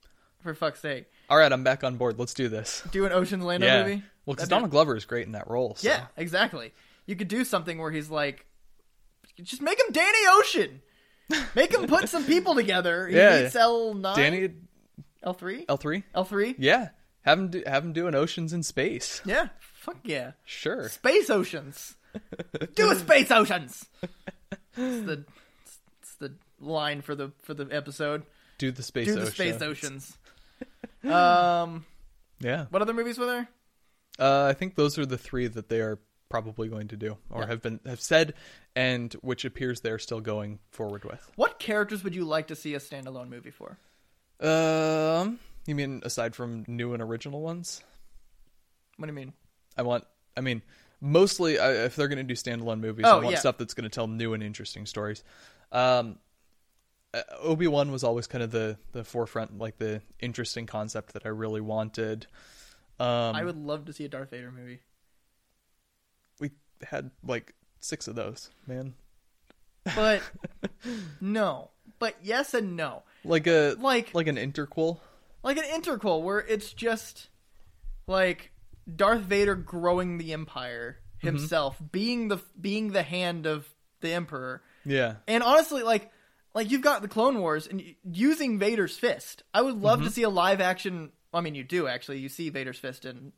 Speaker 1: for fuck's sake.
Speaker 2: All right, I'm back on board. Let's do this.
Speaker 1: Do an Ocean's Lando
Speaker 2: yeah.
Speaker 1: movie.
Speaker 2: Well, because
Speaker 1: That'd be-
Speaker 2: Donald Glover is great in that role. so-
Speaker 1: Yeah, exactly. You could do something where he's like, just make him Danny Ocean. Make him put some people together. He
Speaker 2: Yeah.
Speaker 1: meets L nine,
Speaker 2: Danny
Speaker 1: L three,
Speaker 2: L3?
Speaker 1: L three.
Speaker 2: Yeah. Have him, do, have him doing Oceans in Space.
Speaker 1: Yeah, fuck yeah.
Speaker 2: Sure.
Speaker 1: Space oceans. do a space oceans. It's the it's the line for the for the episode.
Speaker 2: Do the Space
Speaker 1: Do
Speaker 2: Ocean.
Speaker 1: the space oceans. um,
Speaker 2: Yeah.
Speaker 1: what other movies were there?
Speaker 2: Uh, I think those are the three that they are probably going to do, or have been have said, and which appears they're still going forward with.
Speaker 1: What characters would you like to see a standalone movie for?
Speaker 2: Um, you mean aside from new and original ones?
Speaker 1: What do you mean?
Speaker 2: I want. I mean, mostly uh, if they're going to do standalone movies, I
Speaker 1: Oh,
Speaker 2: want
Speaker 1: yeah.
Speaker 2: stuff that's going to tell new and interesting stories. Um, Obi Wan was always kind of the the forefront, like the interesting concept that I really wanted. Um,
Speaker 1: I would love to see a Darth Vader movie.
Speaker 2: we had like six of those, man.
Speaker 1: But no. But yes and no.
Speaker 2: Like a
Speaker 1: Like-
Speaker 2: like an interquel.
Speaker 1: Like an interquel where it's just like Darth Vader growing the empire
Speaker 2: Mm-hmm.
Speaker 1: himself, being the being the hand of the emperor.
Speaker 2: Yeah.
Speaker 1: And honestly, like like you've got the Clone Wars and y- using Vader's fist. I would love
Speaker 2: Mm-hmm.
Speaker 1: to see a live action. I mean, you do actually. You see Vader's fist in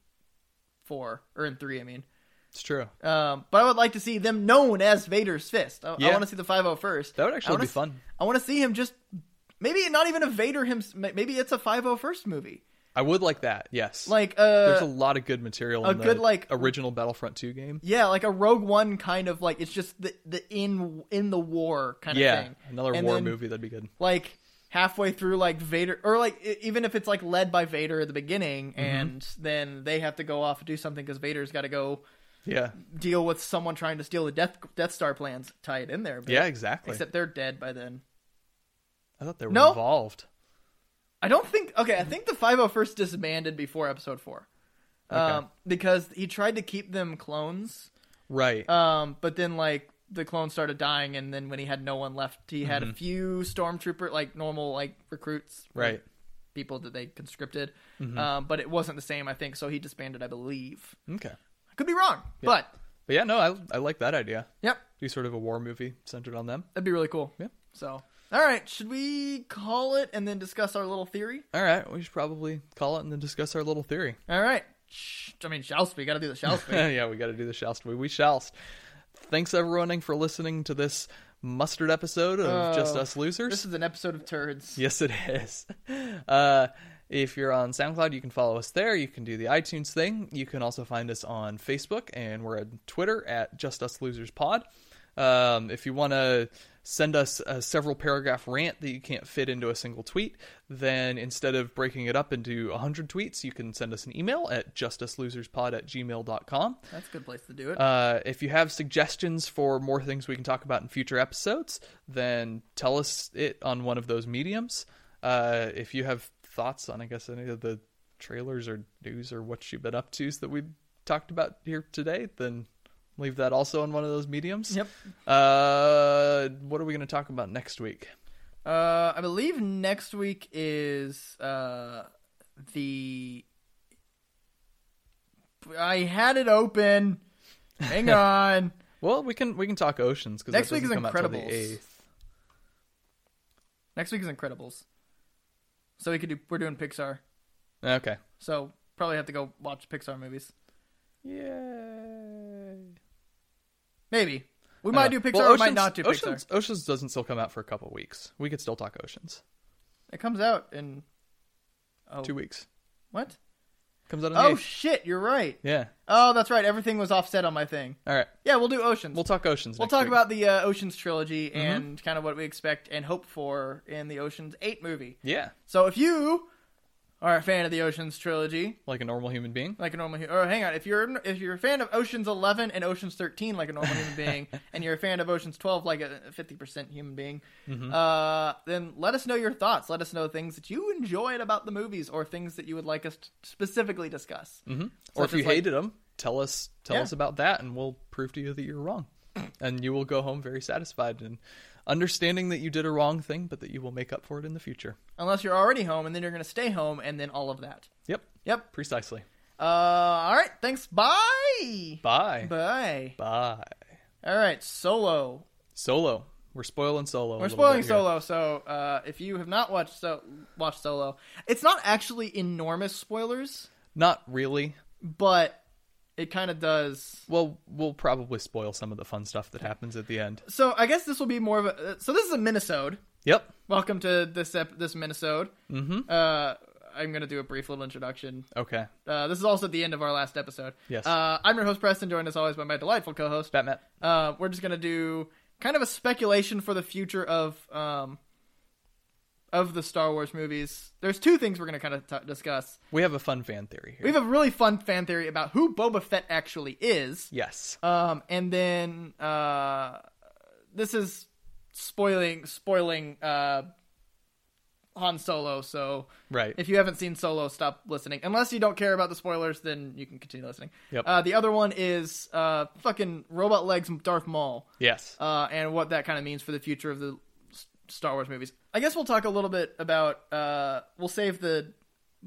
Speaker 1: four or in three. I mean,
Speaker 2: It's true.
Speaker 1: um, but I would like to see them known as Vader's fist. I,
Speaker 2: Yeah.
Speaker 1: want to see the 501st.
Speaker 2: That would
Speaker 1: I
Speaker 2: actually
Speaker 1: wanna
Speaker 2: be
Speaker 1: s-
Speaker 2: fun.
Speaker 1: I want to see him just maybe not even a Vader him. Maybe it's a 501st movie.
Speaker 2: I would like that. Yes.
Speaker 1: Like
Speaker 2: there's a
Speaker 1: uh,
Speaker 2: lot of good material.
Speaker 1: a
Speaker 2: in the
Speaker 1: good, like-
Speaker 2: original Battlefront 2 game.
Speaker 1: yeah, like a Rogue One kind of like it's just the the in in the war kind
Speaker 2: Yeah,
Speaker 1: of thing.
Speaker 2: another
Speaker 1: And
Speaker 2: war
Speaker 1: then-
Speaker 2: movie that'd be good.
Speaker 1: like halfway through like Vader or like e- even if it's like led by Vader at the beginning
Speaker 2: Mm-hmm.
Speaker 1: and then they have to go off and do something cuz Vader's got to go
Speaker 2: Yeah.
Speaker 1: deal with someone trying to steal the death Death Star plans tie it in there but
Speaker 2: Yeah. Exactly.
Speaker 1: except they're dead by then
Speaker 2: I thought they were
Speaker 1: No.
Speaker 2: involved.
Speaker 1: oh I don't think okay I think the 501st disbanded before episode 4 um, because he tried to keep them clones,
Speaker 2: Right.
Speaker 1: um, but then like the clones started dying, and then when he had no one left, he
Speaker 2: Mm-hmm.
Speaker 1: had a few stormtrooper like normal like recruits, like,
Speaker 2: Right. Mm-hmm.
Speaker 1: people that they conscripted, um, but it wasn't the same, I think. So he disbanded, I believe.
Speaker 2: okay.
Speaker 1: I could be wrong, but
Speaker 2: But yeah, no, I I like that idea.
Speaker 1: yep,
Speaker 2: Do sort of a war movie centered on them.
Speaker 1: that'd be really cool.
Speaker 2: Yeah.
Speaker 1: So, all right, should we call it and then discuss our little theory?
Speaker 2: All right, we should probably call it and then discuss our little theory.
Speaker 1: All right. Sh- I mean, shall we? Got to do the shall we?
Speaker 2: yeah, we got to do the shallst. We we shallst. Thanks everyone for listening to this mustard episode of Just
Speaker 1: Oh,
Speaker 2: Us Losers.
Speaker 1: This is an episode of turds.
Speaker 2: Yes, it is. Uh, if you're on SoundCloud, you can follow us there. You can do the iTunes thing. You can also find us on Facebook, and we're on Twitter at Just Us Losers Pod. Um, if you want to send us a several paragraph rant that you can't fit into a single tweet, then instead of breaking it up into 100 tweets, you can send us an email at justuslosers.pod at gmail.com.
Speaker 1: That's a good place to do it.
Speaker 2: Uh, if you have suggestions for more things we can talk about in future episodes, then tell us it on one of those mediums. Uh, if you have thoughts on, I guess, any of the trailers or news or what you've been up to that we talked about here today, then leave that also on one of those mediums.
Speaker 1: Yep.
Speaker 2: Uh, what are we going to talk about next week?
Speaker 1: Uh, I believe next week is uh, the. I had it open. Hang on.
Speaker 2: Well, we can we can talk oceans because
Speaker 1: Next week is
Speaker 2: come out till the
Speaker 1: Incredibles.
Speaker 2: 8th.
Speaker 1: Next week is Incredibles. So we could do. We're doing Pixar.
Speaker 2: Okay.
Speaker 1: So probably have to go watch Pixar movies.
Speaker 2: Yay.
Speaker 1: Maybe we might do
Speaker 2: Uh,
Speaker 1: Pixar.
Speaker 2: well,
Speaker 1: we might not do Pixar.
Speaker 2: Oceans, Oceans doesn't still come out for a couple weeks. We could still talk Oceans.
Speaker 1: It comes out in. Oh,
Speaker 2: Two weeks
Speaker 1: what?
Speaker 2: comes out. On the
Speaker 1: Oh
Speaker 2: 8th.
Speaker 1: shit! You're right.
Speaker 2: yeah.
Speaker 1: Oh, that's right. Everything was offset on my thing.
Speaker 2: All right.
Speaker 1: Yeah, we'll do Oceans.
Speaker 2: We'll talk Oceans.
Speaker 1: We'll
Speaker 2: next
Speaker 1: talk
Speaker 2: week. Mm-hmm.
Speaker 1: about the uh, Oceans trilogy and kind of what we expect and hope for in the Oceans 8 movie.
Speaker 2: yeah,
Speaker 1: So if you are a fan of the Oceans trilogy,
Speaker 2: like a normal human being.
Speaker 1: like a normal hu- or hang on, if you're if you're a fan of Oceans 11 and Oceans 13 like a normal human being and you're a fan of Oceans 12 like a 50% human being,
Speaker 2: Mm-hmm.
Speaker 1: uh, then let us know your thoughts. Let us know things that you enjoyed about the movies or things that you would like us to specifically discuss. Mm-hmm.
Speaker 2: or if you hated them, tell us tell
Speaker 1: Yeah.
Speaker 2: us about that, and we'll prove to you that you're wrong, and you will go home very satisfied and understanding that you did a wrong thing, but that you will make up for it in the future.
Speaker 1: unless you're already home and then you're going to stay home and then all of that.
Speaker 2: Yep,
Speaker 1: Yep.
Speaker 2: precisely.
Speaker 1: Uh, all right. Thanks. Bye.
Speaker 2: Bye.
Speaker 1: Bye.
Speaker 2: Bye.
Speaker 1: All right. Solo.
Speaker 2: Solo. We're spoiling Solo. a
Speaker 1: We're
Speaker 2: little
Speaker 1: spoiling
Speaker 2: bit here.
Speaker 1: Solo, so uh, if you have not watched so watched Solo, it's not actually enormous spoilers,
Speaker 2: Not really.
Speaker 1: but it kind of does.
Speaker 2: Well, we'll probably spoil some of the fun stuff that happens at the end.
Speaker 1: So I guess this will be more of a. So this is a minisode.
Speaker 2: Yep.
Speaker 1: Welcome to this ep- this minisode.
Speaker 2: Mm-hmm.
Speaker 1: Uh, I'm gonna do a brief little introduction.
Speaker 2: Okay.
Speaker 1: Uh, this is also at the end of our last episode.
Speaker 2: Yes.
Speaker 1: Uh, I'm your host Preston, joined as always by my delightful co-host
Speaker 2: Batman.
Speaker 1: uh, we're just gonna do kind of a speculation for the future of um, of the Star Wars movies. There's two things we're gonna kind of t- discuss.
Speaker 2: We have a fun fan theory here.
Speaker 1: We have a really fun fan theory about who Boba Fett actually is,
Speaker 2: yes.
Speaker 1: um, and then uh, this is spoiling spoiling uh, Han Solo. So
Speaker 2: Right.
Speaker 1: if you haven't seen Solo, stop listening. Unless you don't care about the spoilers, then you can continue listening.
Speaker 2: Yep.
Speaker 1: Uh, the other one is uh, fucking robot legs Darth Maul
Speaker 2: yes.
Speaker 1: uh, and what that kind of means for the future of the S- Star Wars movies. I guess we'll talk a little bit about. Uh, we'll save the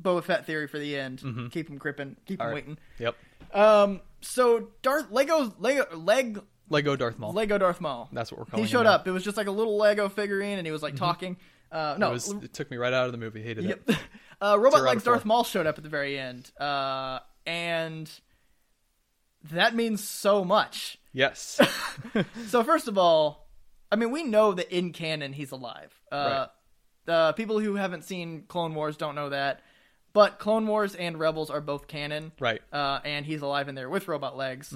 Speaker 1: Boba Fett theory for the end. Keep them gripping. Keep them
Speaker 2: Mm-hmm. All right.
Speaker 1: waiting.
Speaker 2: Yep.
Speaker 1: Um. So Darth Lego Lego leg
Speaker 2: Lego Darth Maul.
Speaker 1: Lego Darth Maul.
Speaker 2: That's what we're calling.
Speaker 1: He
Speaker 2: him
Speaker 1: showed
Speaker 2: now.
Speaker 1: up. It was just like a little Lego figurine, and he was like talking. Uh, no.
Speaker 2: It, was, it took me right out of the movie. Hated
Speaker 1: Yep.
Speaker 2: it.
Speaker 1: Uh, Robot
Speaker 2: Zero out
Speaker 1: Legs
Speaker 2: of four.
Speaker 1: Darth Maul showed up at the very end, uh, and that means so much.
Speaker 2: Yes.
Speaker 1: So first of all, I mean we know that in canon he's alive. Uh, The people who haven't seen Clone Wars don't know that, but Clone Wars and Rebels are both canon,
Speaker 2: right. Mm-hmm.
Speaker 1: uh, and he's alive in there with robot legs.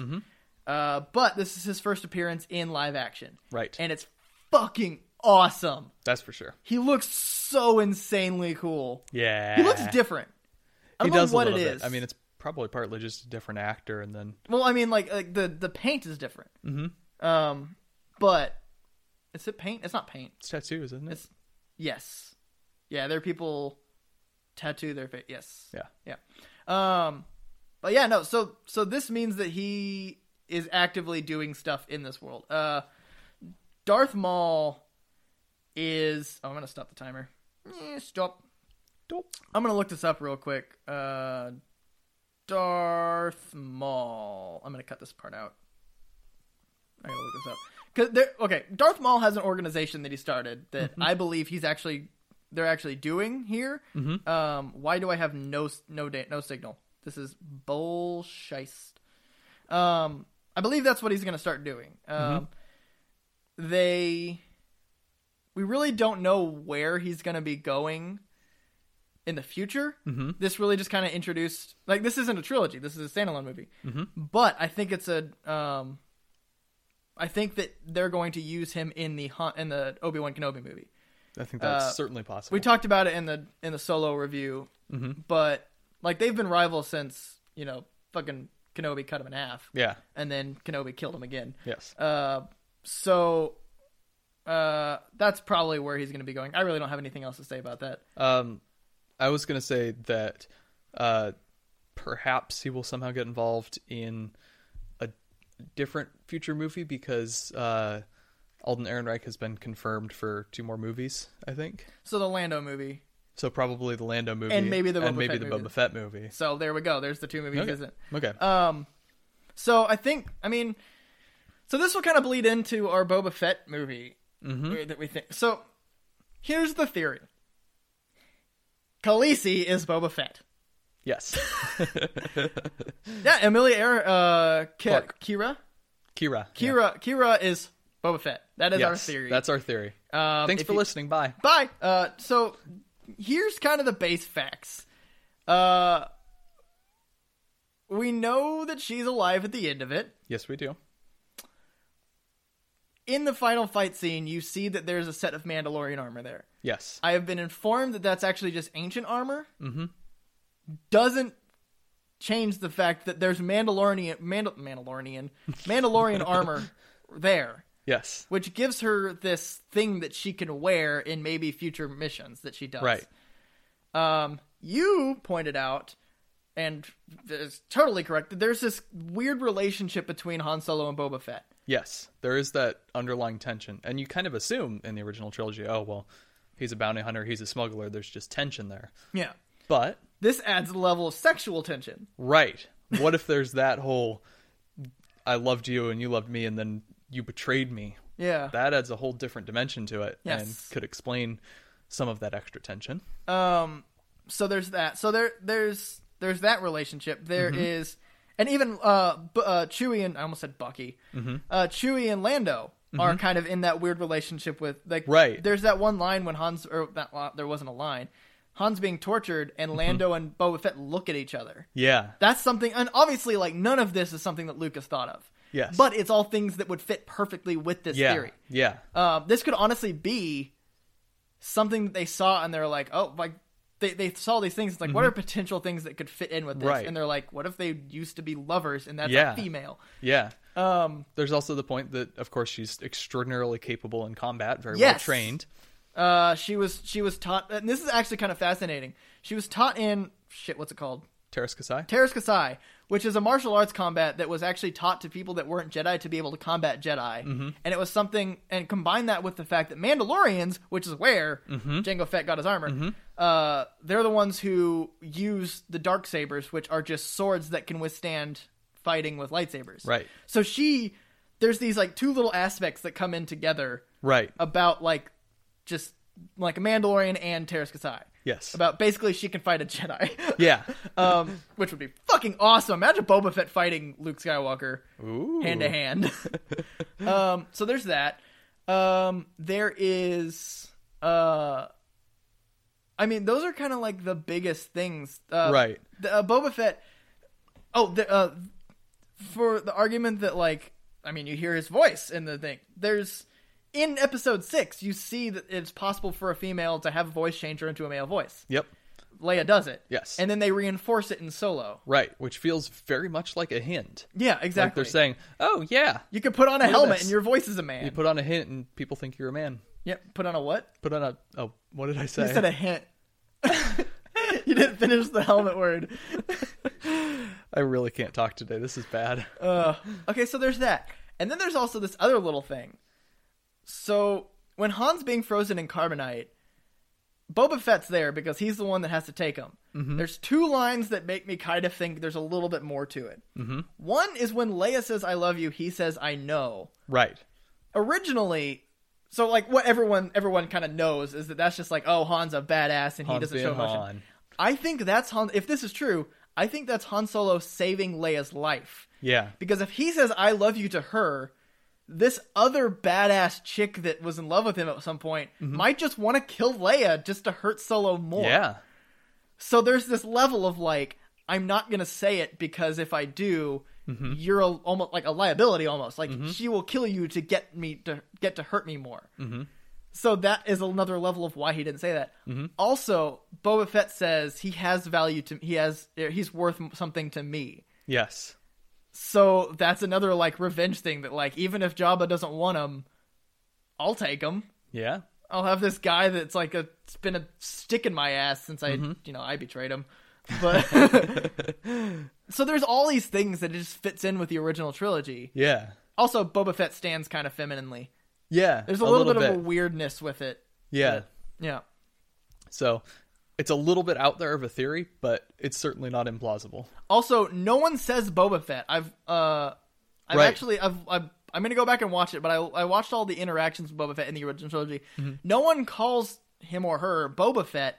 Speaker 1: Uh, but this is his first appearance in live action,
Speaker 2: Right.
Speaker 1: and it's fucking awesome.
Speaker 2: That's for sure.
Speaker 1: He looks so insanely cool.
Speaker 2: Yeah.
Speaker 1: He looks different. I
Speaker 2: Eh. He
Speaker 1: don't
Speaker 2: does
Speaker 1: know what
Speaker 2: a
Speaker 1: it
Speaker 2: little
Speaker 1: is.
Speaker 2: bit. I mean, it's probably partly just a different actor, and then
Speaker 1: well, I mean, like, like the the paint is different. Mm-hmm. Um, but is it paint? It's not paint.
Speaker 2: it's tattoos, isn't it?
Speaker 1: It's yes, yeah. There are people tattoo their face. Yes,
Speaker 2: yeah.
Speaker 1: yeah. Um, But yeah, no. So so this means that he is actively doing stuff in this world. Uh, Darth Maul is. Oh, I'm gonna stop the timer. Eh, stop.
Speaker 2: Dope.
Speaker 1: I'm gonna look this up real quick. Uh, Darth Maul. I'm gonna cut this part out. I gotta look this up. Cause there, okay, Darth Maul has an organization that he started that I believe he's actually they're actually doing here. Um, why do I have no s- no da- no signal? This is bullshit. Um, I believe that's what he's gonna start doing. Um, they we really don't know where he's going to be going in the future. Mm-hmm. This really just kind of introduced like this isn't a trilogy. This is a standalone movie.
Speaker 2: Mm-hmm.
Speaker 1: But I think it's a um I think that they're going to use him in the Han- in the Obi-Wan Kenobi movie.
Speaker 2: I think that's
Speaker 1: Uh,
Speaker 2: certainly possible.
Speaker 1: We talked about it in the in the solo review,
Speaker 2: Mm-hmm.
Speaker 1: but like they've been rivals since, you know, fucking Kenobi cut him in half
Speaker 2: yeah.
Speaker 1: and then Kenobi killed him again.
Speaker 2: Yes.
Speaker 1: Uh, so uh, that's probably where he's going to be going. I really don't have anything else to say about that.
Speaker 2: Um, I was going to say that uh, perhaps he will somehow get involved in a different future movie because uh, Alden Ehrenreich has been confirmed for two more movies, I think.
Speaker 1: So the Lando movie.
Speaker 2: So probably the Lando movie
Speaker 1: And maybe the
Speaker 2: and
Speaker 1: Boba
Speaker 2: maybe
Speaker 1: Fett
Speaker 2: the
Speaker 1: movie.
Speaker 2: Boba Fett movie.
Speaker 1: So there we go. There's the two movies.
Speaker 2: Okay.
Speaker 1: Isn't.
Speaker 2: Okay.
Speaker 1: Um, so I think I mean, so this will kind of bleed into our Boba Fett movie
Speaker 2: Mm-hmm.
Speaker 1: that we think. So here's the theory: Khaleesi is Boba Fett.
Speaker 2: yes.
Speaker 1: Yeah, Emilia Air, uh, Ki-
Speaker 2: Clark.
Speaker 1: Kira,
Speaker 2: Kira. Yeah.
Speaker 1: Kira, Kira is Boba Fett. That is our
Speaker 2: Yes,
Speaker 1: theory.
Speaker 2: That's our theory.
Speaker 1: Um,
Speaker 2: Thanks
Speaker 1: if
Speaker 2: for
Speaker 1: you-
Speaker 2: listening. Bye.
Speaker 1: Bye. Uh, so here's kind of the base facts. Uh, we know that she's alive at the end of it.
Speaker 2: Yes, we do.
Speaker 1: In the final fight scene, you see that there's a set of Mandalorian armor there.
Speaker 2: Yes.
Speaker 1: I have been informed that that's actually just ancient armor. Mm-hmm. Doesn't change the fact that there's Mandalorian, Mandal- Mandalorian, Mandalorian armor there,
Speaker 2: yes.
Speaker 1: which gives her this thing that she can wear in maybe future missions that she does.
Speaker 2: Right.
Speaker 1: um, you pointed out, and it's totally correct, that there's this weird relationship between Han Solo and Boba Fett.
Speaker 2: Yes, there is that underlying tension, and you kind of assume in the original trilogy, oh well, he's a bounty hunter, he's a smuggler. There's just tension there.
Speaker 1: Yeah.
Speaker 2: But
Speaker 1: This adds a level of sexual tension.
Speaker 2: right, what if there's that whole I loved you and you loved me, and then you betrayed me?
Speaker 1: Yeah.
Speaker 2: That adds a whole different dimension to it,
Speaker 1: Yes.
Speaker 2: and could explain some of that extra tension.
Speaker 1: Um. So there's that. So there there's there's that relationship. There is,
Speaker 2: Mm-hmm.
Speaker 1: and even uh, B- uh Chewie and I almost said Bucky.
Speaker 2: Mm-hmm.
Speaker 1: Uh, Chewie and Lando are kind of in that weird relationship with like
Speaker 2: Right.
Speaker 1: There's that one line when Hans or that li- there wasn't a line. Han's being tortured, and
Speaker 2: Mm-hmm.
Speaker 1: Lando and Boba Fett look at each other.
Speaker 2: Yeah,
Speaker 1: That's something, and obviously, like none of this is something that Lucas thought of.
Speaker 2: Yes.
Speaker 1: but it's all things that would fit perfectly with this
Speaker 2: yeah,
Speaker 1: theory.
Speaker 2: yeah,
Speaker 1: Um, this could honestly be something that they saw, and they're like, "Oh, like they they saw these things. It's like, what are potential things that could fit in with this?"
Speaker 2: Mm-hmm. Right.
Speaker 1: And they're like, "What if they used to be lovers, and that's
Speaker 2: Yeah.
Speaker 1: a female?"
Speaker 2: yeah.
Speaker 1: Um,
Speaker 2: There's also the point that, of course, she's extraordinarily capable in combat, very well
Speaker 1: Yes.
Speaker 2: trained.
Speaker 1: uh, she was she was taught, and this is actually kind of fascinating. She was taught in shit. What's it called?
Speaker 2: Teres Kasai.
Speaker 1: Teres Kasai, which is a martial arts combat that was actually taught to people that weren't Jedi to be able to combat Jedi.
Speaker 2: Mm-hmm.
Speaker 1: And it was something, and combine that with the fact that Mandalorians, which is where
Speaker 2: Mm-hmm.
Speaker 1: Jango Fett got his armor, uh, they're the ones who use the dark sabers, which are just swords that can withstand fighting with lightsabers.
Speaker 2: Right.
Speaker 1: So she, there's these like two little aspects that come in together
Speaker 2: right.
Speaker 1: about like just like a Mandalorian and Teres Kasai.
Speaker 2: yes.
Speaker 1: About basically she can fight a Jedi.
Speaker 2: yeah.
Speaker 1: Um, which would be fucking awesome. Imagine Boba Fett fighting Luke Skywalker
Speaker 2: Ooh.
Speaker 1: hand to hand. Um, so there's that. Um, there is, uh, I mean, those are kind of like the biggest things. Uh,
Speaker 2: Right.
Speaker 1: The, uh, Boba Fett. Oh, the, uh, for the argument that like, I mean, you hear his voice in the thing. There's in episode six, you see that it's possible for a female to have a voice changer into a male voice.
Speaker 2: Yep.
Speaker 1: Leia does it.
Speaker 2: Yes.
Speaker 1: And then they reinforce it in solo.
Speaker 2: Right, which feels very much like a hint.
Speaker 1: Yeah,
Speaker 2: Like
Speaker 1: exactly.
Speaker 2: they're saying, "Oh yeah,
Speaker 1: you could put on a
Speaker 2: at
Speaker 1: helmet
Speaker 2: this.
Speaker 1: and your voice is a man.
Speaker 2: you put on a hint and people think you're a man.
Speaker 1: yeah, put on a what?
Speaker 2: Put on a oh, what did I say?
Speaker 1: You said a hint. you didn't finish the helmet word.
Speaker 2: I I really can't talk today. This is bad.
Speaker 1: Uh, okay, so there's that. And then there's also this other little thing. So when Han's being frozen in carbonite, Boba Fett's there because he's the one that has to take him. There's two lines that make me kind of think there's a little bit more to it. Mm-hmm. One is when Leia says "I love you," he says "I know."
Speaker 2: Right.
Speaker 1: Originally, so like what everyone everyone kind of knows is that that's just like, oh, Han's a badass and he
Speaker 2: Han's
Speaker 1: doesn't
Speaker 2: being
Speaker 1: show emotion.
Speaker 2: Han.
Speaker 1: I think that's Han. If this is true, I think that's Han Solo saving Leia's life.
Speaker 2: Yeah.
Speaker 1: Because if he says "I love you" to her, this other badass chick that was in love with him at some point might just want to kill Leia just to hurt Solo more.
Speaker 2: Mm-hmm. Yeah.
Speaker 1: So there's this level of like, I'm not gonna say it because if I do, you're a, almost like a liability. Almost like she will kill you to get me to get to hurt me more. Mm-hmm. So that is another level of why he didn't say that. Also, Boba Fett says he has value to he has he's worth something to me.
Speaker 2: Yes.
Speaker 1: So that's another like revenge thing that like even if Jabba doesn't want him, I'll take him.
Speaker 2: Yeah.
Speaker 1: I'll have this guy that's like a it's been a stick in my ass since I you know I betrayed him. But so there's all these things that it just fits in with the original trilogy.
Speaker 2: Yeah.
Speaker 1: Also, Boba Fett stands kind of femininely.
Speaker 2: Yeah.
Speaker 1: There's a, little, bit, of a weirdness with it.
Speaker 2: yeah.
Speaker 1: Yeah.
Speaker 2: So it's a little bit out there of a theory, but it's certainly not implausible.
Speaker 1: Also, no one says Boba Fett. I've uh, I've
Speaker 2: Right.
Speaker 1: actually I've, I've I'm gonna go back and watch it, but I I watched all the interactions with Boba Fett in the original trilogy. No one calls him or her Boba Fett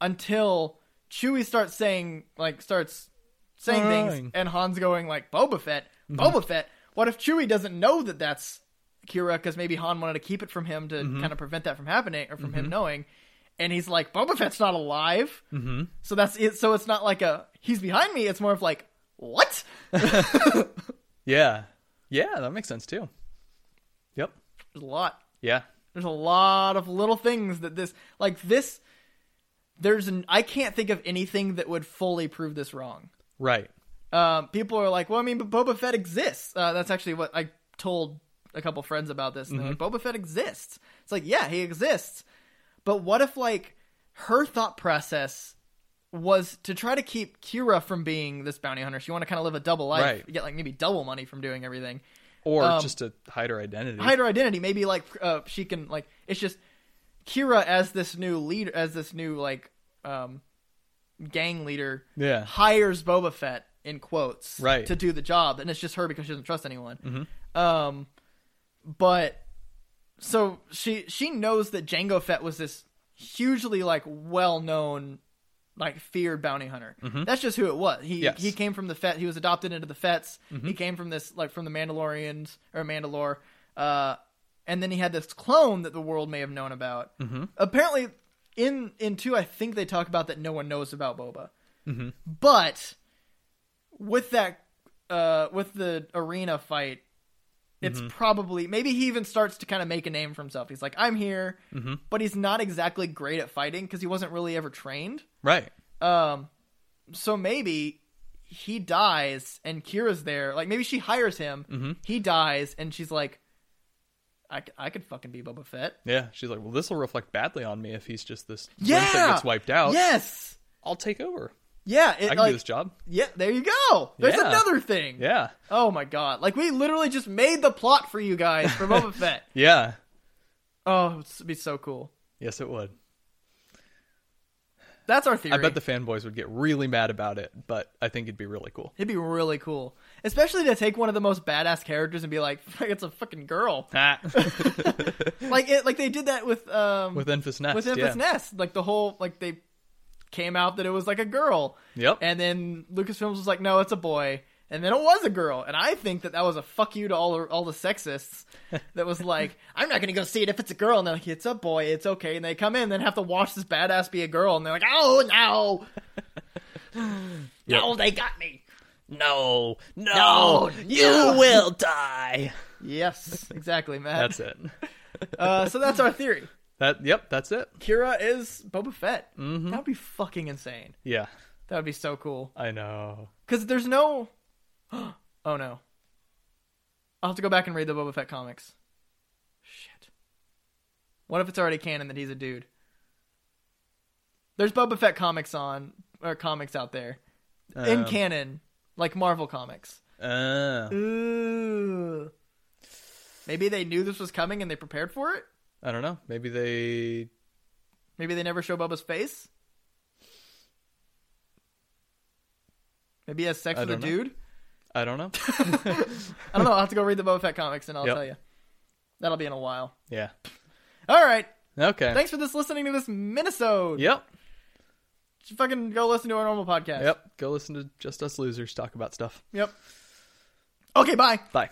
Speaker 1: until Chewie starts saying like starts saying
Speaker 2: Fine.
Speaker 1: things, and Han's going like Boba Fett, Boba Fett. What if Chewie doesn't know that that's Kira? Because maybe Han wanted to keep it from him to kind of prevent that from happening or from him knowing. And he's like, Boba Fett's not alive. Mm-hmm. So that's it. So it's not like a he's behind me. It's more of like what?
Speaker 2: Yeah. Yeah, that makes sense too. Yep.
Speaker 1: There's a lot.
Speaker 2: Yeah.
Speaker 1: There's a lot of little things that this like this. There's an I can't think of anything that would fully prove this wrong.
Speaker 2: Right.
Speaker 1: Um, people are like, well, I mean, but Boba Fett exists. Uh, that's actually what I told a couple friends about this. And they're like, Boba Fett exists. It's like, yeah, he exists. But what if like her thought process was to try to keep Kira from being this bounty hunter? She want to kind of live a double life,
Speaker 2: Right.
Speaker 1: get like maybe double money from doing everything
Speaker 2: Or
Speaker 1: Um,
Speaker 2: just to hide her identity.
Speaker 1: hide her identity. Maybe like uh, she can like it's just Kira as this new leader, as this new like um, gang leader.
Speaker 2: Yeah.
Speaker 1: hires Boba Fett in quotes
Speaker 2: Right. Mm-hmm.
Speaker 1: to do the job, and it's just her because she doesn't trust anyone. Um, but so she she knows that Django Fett was this hugely like well known like feared bounty hunter. That's just who it was. He
Speaker 2: Yes.
Speaker 1: he came from the Fett. He was adopted into the Fets. He came from this like from the Mandalorians or Mandalore. Uh, and then he had this clone that the world may have known about. Apparently, in in two, I think they talk about that no one knows about Boba. But with that, uh, with the arena fight, it's
Speaker 2: Mm-hmm.
Speaker 1: probably maybe he even starts to kind of make a name for himself. He's like, I'm here,
Speaker 2: Mm-hmm.
Speaker 1: but he's not exactly great at fighting because he wasn't really ever trained.
Speaker 2: Right.
Speaker 1: Um, so maybe he dies and Kira's there. Like maybe she hires him.
Speaker 2: Mm-hmm.
Speaker 1: He dies and she's like, I, c- I could fucking be Boba Fett.
Speaker 2: Yeah. She's like, well, this will reflect badly on me if he's just this
Speaker 1: Yeah,
Speaker 2: wimp that gets wiped out.
Speaker 1: Yes,
Speaker 2: I'll take over.
Speaker 1: yeah. It,
Speaker 2: I can
Speaker 1: like,
Speaker 2: do this job.
Speaker 1: Yeah, there you go. There's
Speaker 2: Yeah.
Speaker 1: another thing.
Speaker 2: Yeah.
Speaker 1: Oh my god! Like we literally just made the plot for you guys for Boba Fett.
Speaker 2: Yeah.
Speaker 1: Oh, it'd be so cool.
Speaker 2: Yes, it would.
Speaker 1: That's our theory.
Speaker 2: I bet the fanboys would get really mad about it, but I think it'd be really cool.
Speaker 1: it'd be really cool, especially to take one of the most badass characters and be like, "Fuck, "It's a fucking girl." Like it, like they did that with um
Speaker 2: with Enfys Nest.
Speaker 1: with
Speaker 2: yeah.
Speaker 1: Infant's Nest. Like the whole like they came out that it was like a girl,
Speaker 2: Yep.
Speaker 1: and then Lucasfilms was like, "No, it's a boy." And then it was a girl, and I think that that was a fuck you to all the, all the sexists that was like, "I'm not gonna go see it if it's a girl." And they're like, "It's a boy, it's okay." And they come in, and then have to watch this badass be a girl, and they're like, "Oh no,
Speaker 2: Yep.
Speaker 1: no, they got me."
Speaker 2: No,
Speaker 1: No, no.
Speaker 2: will die.
Speaker 1: Yes, exactly, Matt.
Speaker 2: That's it.
Speaker 1: Uh, so that's our theory.
Speaker 2: That yep, that's it.
Speaker 1: Kira is Boba Fett. That would be fucking insane.
Speaker 2: Yeah,
Speaker 1: That would be so cool.
Speaker 2: I know.
Speaker 1: Because there's no. Oh no. I'll have to go back and read the Boba Fett comics. Shit. What if it's already canon that he's a dude? There's Boba Fett comics on or comics out there in
Speaker 2: Um,
Speaker 1: canon like Marvel comics.
Speaker 2: Uh,
Speaker 1: Ooh. Maybe they knew this was coming and they prepared for it.
Speaker 2: I don't know. Maybe they.
Speaker 1: Maybe they never show Bubba's face. Maybe he has sex
Speaker 2: I
Speaker 1: with a
Speaker 2: don't know.
Speaker 1: dude.
Speaker 2: I don't know.
Speaker 1: I don't know. I'll have to go read the Boba Fett comics and I'll
Speaker 2: Yep.
Speaker 1: tell you. That'll be in a while.
Speaker 2: yeah.
Speaker 1: All right.
Speaker 2: Okay.
Speaker 1: Thanks for this listening to this Minnesota.
Speaker 2: Yep.
Speaker 1: Just Fucking go listen to our normal podcast.
Speaker 2: Yep. Go listen to Just Us Losers talk about stuff.
Speaker 1: Yep. Okay. Bye.
Speaker 2: Bye.